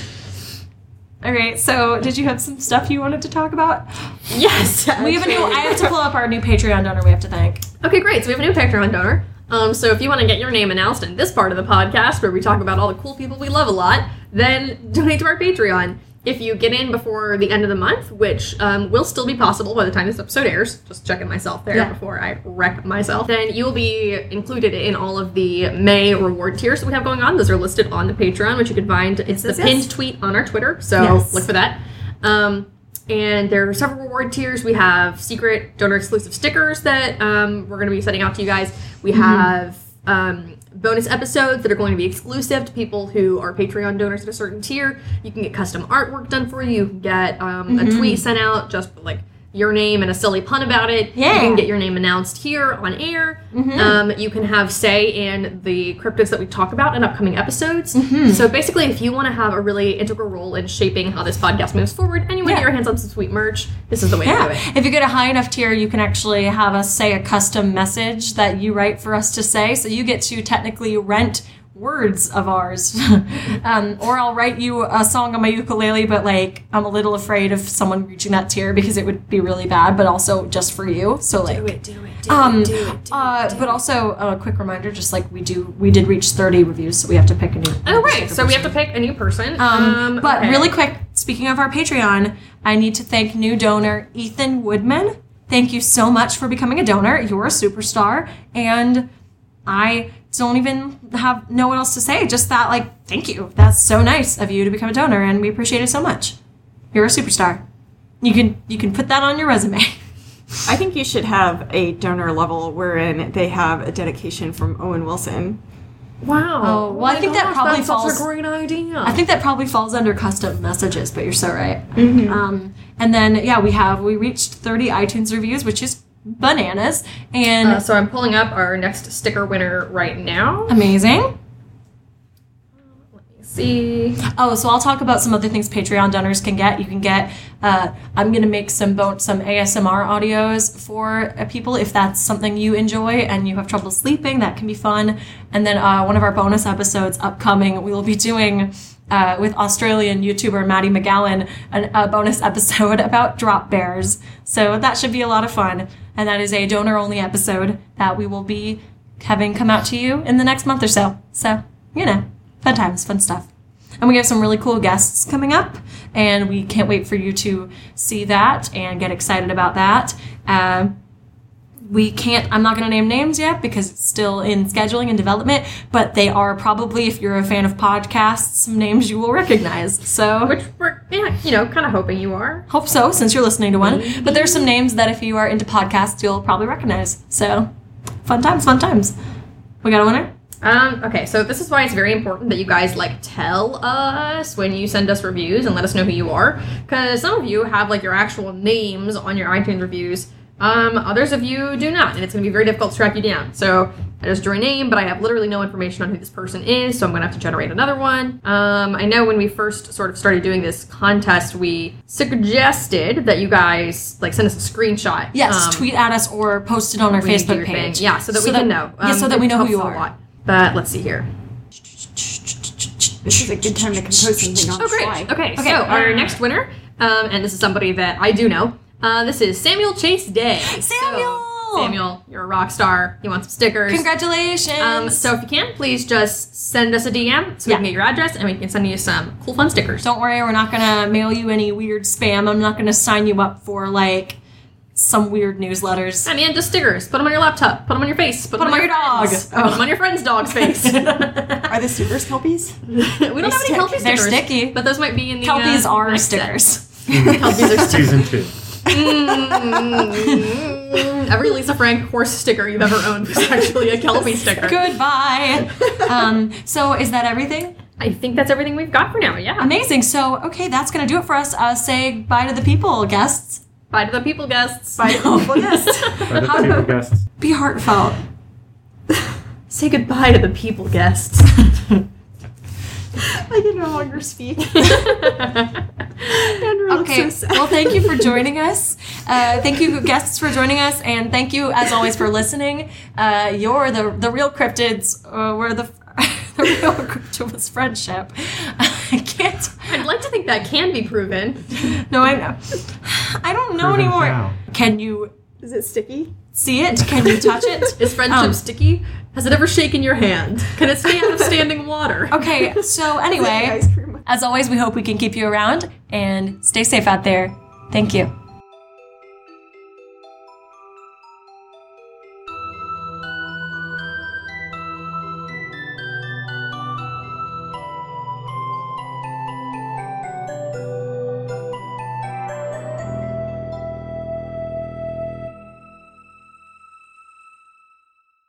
Speaker 3: all right. So, did you have some stuff you wanted to talk about?
Speaker 1: yes.
Speaker 3: We have a new. I have to pull up our new Patreon donor. We have to thank.
Speaker 1: Okay, great. So we have a new Patreon donor. Um, so if you want to get your name announced in this part of the podcast, where we talk about all the cool people we love a lot, then donate to our Patreon. If you get in before the end of the month, which um, will still be possible by the time this episode airs, just checking myself there
Speaker 3: Yeah.
Speaker 1: before I wreck myself, then you will be included in all of the May reward tiers that we have going on. Those are listed on the Patreon, which you can find. It's
Speaker 3: Yes,
Speaker 1: the
Speaker 3: yes,
Speaker 1: pinned
Speaker 3: yes.
Speaker 1: tweet on our Twitter, so
Speaker 3: Yes.
Speaker 1: look for that. Um, and there are several reward tiers. We have secret donor exclusive stickers that um, we're going to be sending out to you guys. We have um, bonus episodes that are going to be exclusive to people who are Patreon donors at a certain tier. You can get custom artwork done for you. You can get um, a tweet sent out just with, like your name and a silly pun about it. You
Speaker 3: Yeah.
Speaker 1: can get your name announced here on air.
Speaker 3: Mm-hmm.
Speaker 1: Um, you can have say in the cryptids that we talk about in upcoming episodes.
Speaker 3: Mm-hmm.
Speaker 1: So basically, if you want to have a really integral role in shaping how this podcast moves forward, and you want to
Speaker 3: Yeah.
Speaker 1: get your hands on some sweet merch, this is the way to do it.
Speaker 3: Yeah. If you get a high enough tier, you can actually have us say a custom message that you write for us to say. So you get to technically rent words of ours. um, or I'll write you a song on my ukulele, but like I'm a little afraid of someone reaching that tier because it would be really bad, but also just for you. So like um, uh, but also a quick reminder, just like we do, we did reach 30 reviews, so we have to pick a new.
Speaker 1: Oh, right. So we have to pick a new person.
Speaker 3: Um, but
Speaker 1: okay.
Speaker 3: really quick, speaking of our Patreon, I need to thank new donor Ethan Woodman. Thank you so much for becoming a donor. You're a superstar, and I don't even have no one else to say. Just that, like, thank you. That's so nice of you to become a donor, and we appreciate it so much. You're a superstar. You can you can put that on your resume.
Speaker 6: I think you should have a donor level wherein they have a dedication from Owen Wilson.
Speaker 1: Wow.
Speaker 3: Oh, well, I
Speaker 1: my
Speaker 3: think that probably
Speaker 1: that's such
Speaker 3: falls-
Speaker 1: a great idea.
Speaker 3: I think that probably falls under custom messages, but you're so right. Um, and then yeah, we have we reached 30 iTunes reviews, which is bananas and
Speaker 1: Uh, so I'm pulling up our next sticker winner right now.
Speaker 3: amazing.
Speaker 1: See.
Speaker 3: Oh, so I'll talk about some other things Patreon donors can get. You can get. Uh, I'm gonna make some bo- some ASMR audios for uh, people if that's something you enjoy and you have trouble sleeping. That can be fun. And then uh, one of our bonus episodes upcoming, we will be doing uh, with Australian YouTuber Maddie McGowan an, a bonus episode about drop bears. So that should be a lot of fun. And that is a donor only episode that we will be having come out to you in the next month or so. So, you know, fun times, fun stuff. And we have some really cool guests coming up, and we can't wait for you to see that and get excited about that. Um, we can't i'm not going to name names yet because it's still in scheduling and development but they are probably if you're a fan of podcasts some names you will recognize so
Speaker 1: Which we're, yeah, you know, kind of hoping you are.
Speaker 3: hope so since you're listening to one but there's some names that if you are into podcasts you'll probably recognize so fun times fun times we got a winner
Speaker 1: Um, okay, so this is why it's very important that you guys like tell us when you send us reviews and let us know who you are, because some of you have like your actual names on your iTunes reviews. Um, others of you do not, and it's going to be very difficult to track you down. So I just drew a name, but I have literally no information on who this person is, so I'm going to have to generate another one. Um, I know when we first sort of started doing this contest, we suggested that you guys like send us a screenshot.
Speaker 3: yes
Speaker 1: um,
Speaker 3: tweet at us or post it on our
Speaker 1: when you do
Speaker 3: facebook
Speaker 1: your thing.
Speaker 3: page
Speaker 1: Yeah, so that we can know.
Speaker 3: yeah, so
Speaker 1: Um,
Speaker 3: that we
Speaker 1: it
Speaker 3: know who you
Speaker 1: helps
Speaker 3: are
Speaker 1: a lot. But let's see here.
Speaker 6: This is a good time to compose something on
Speaker 1: Oh,
Speaker 6: the
Speaker 1: great.
Speaker 6: fly.
Speaker 1: Okay, so our next winner, um, and this is somebody that I do know. Uh, this is Samuel Chase Day.
Speaker 3: Samuel!
Speaker 1: So, Samuel, you're a rock star. You want some stickers.
Speaker 3: congratulations
Speaker 1: Um, so if you can, please just send us a DM so we
Speaker 3: Yeah.
Speaker 1: can get your address and we can send you some cool fun stickers.
Speaker 3: Don't worry, we're not gonna mail you any weird spam. I'm not gonna sign you up for like some weird newsletters.
Speaker 1: I mean, just stickers. Put them on your laptop. Put them on your face. Put,
Speaker 3: Put 'em on your dog.
Speaker 1: friends.
Speaker 3: Oh.
Speaker 1: Put them on your friend's dog's face. we don't
Speaker 6: Are the stickers kelpies?
Speaker 1: have any
Speaker 6: stick.
Speaker 1: Kelpie stickers.
Speaker 3: They're sticky.
Speaker 1: But those might be in the
Speaker 3: Kelpies
Speaker 1: uh,
Speaker 3: are
Speaker 1: next set.
Speaker 3: stickers.
Speaker 1: Kelpies are stickers.
Speaker 5: Season two.
Speaker 1: Every Lisa Frank horse sticker you've ever owned was actually a Kelpie sticker.
Speaker 3: Goodbye. um, so is that everything?
Speaker 1: I think that's everything we've got for now. Yeah.
Speaker 3: Amazing. So okay, that's gonna do it for us. Uh, say bye to the people, guests.
Speaker 1: Bye to the people guests.
Speaker 6: By the people guests.
Speaker 5: By the people guests.
Speaker 3: Be heartfelt.
Speaker 4: Say goodbye to the people guests.
Speaker 6: I can no longer speak. Andrew looks
Speaker 3: Okay.
Speaker 6: so sad.
Speaker 3: Well, thank you for joining us. Uh, thank you, guests, for joining us, and thank you, as always, for listening. Uh, you're the the real cryptids. Uh, we're the the real cryptid was friendship. I can't.
Speaker 1: I'd like to think that can be proven.
Speaker 3: No, I know. I don't know
Speaker 5: Proven
Speaker 3: anymore.
Speaker 5: how.
Speaker 3: Can you
Speaker 6: Is it sticky?
Speaker 3: see it? Can you touch it?
Speaker 1: Is friendship
Speaker 3: Um.
Speaker 1: sticky? Has it ever shaken your hand? Can it stay out of standing water?
Speaker 3: Okay. So
Speaker 6: Is it the
Speaker 3: anyway,
Speaker 6: ice cream.
Speaker 3: as always, we hope we can keep you around and stay safe out there. Thank you.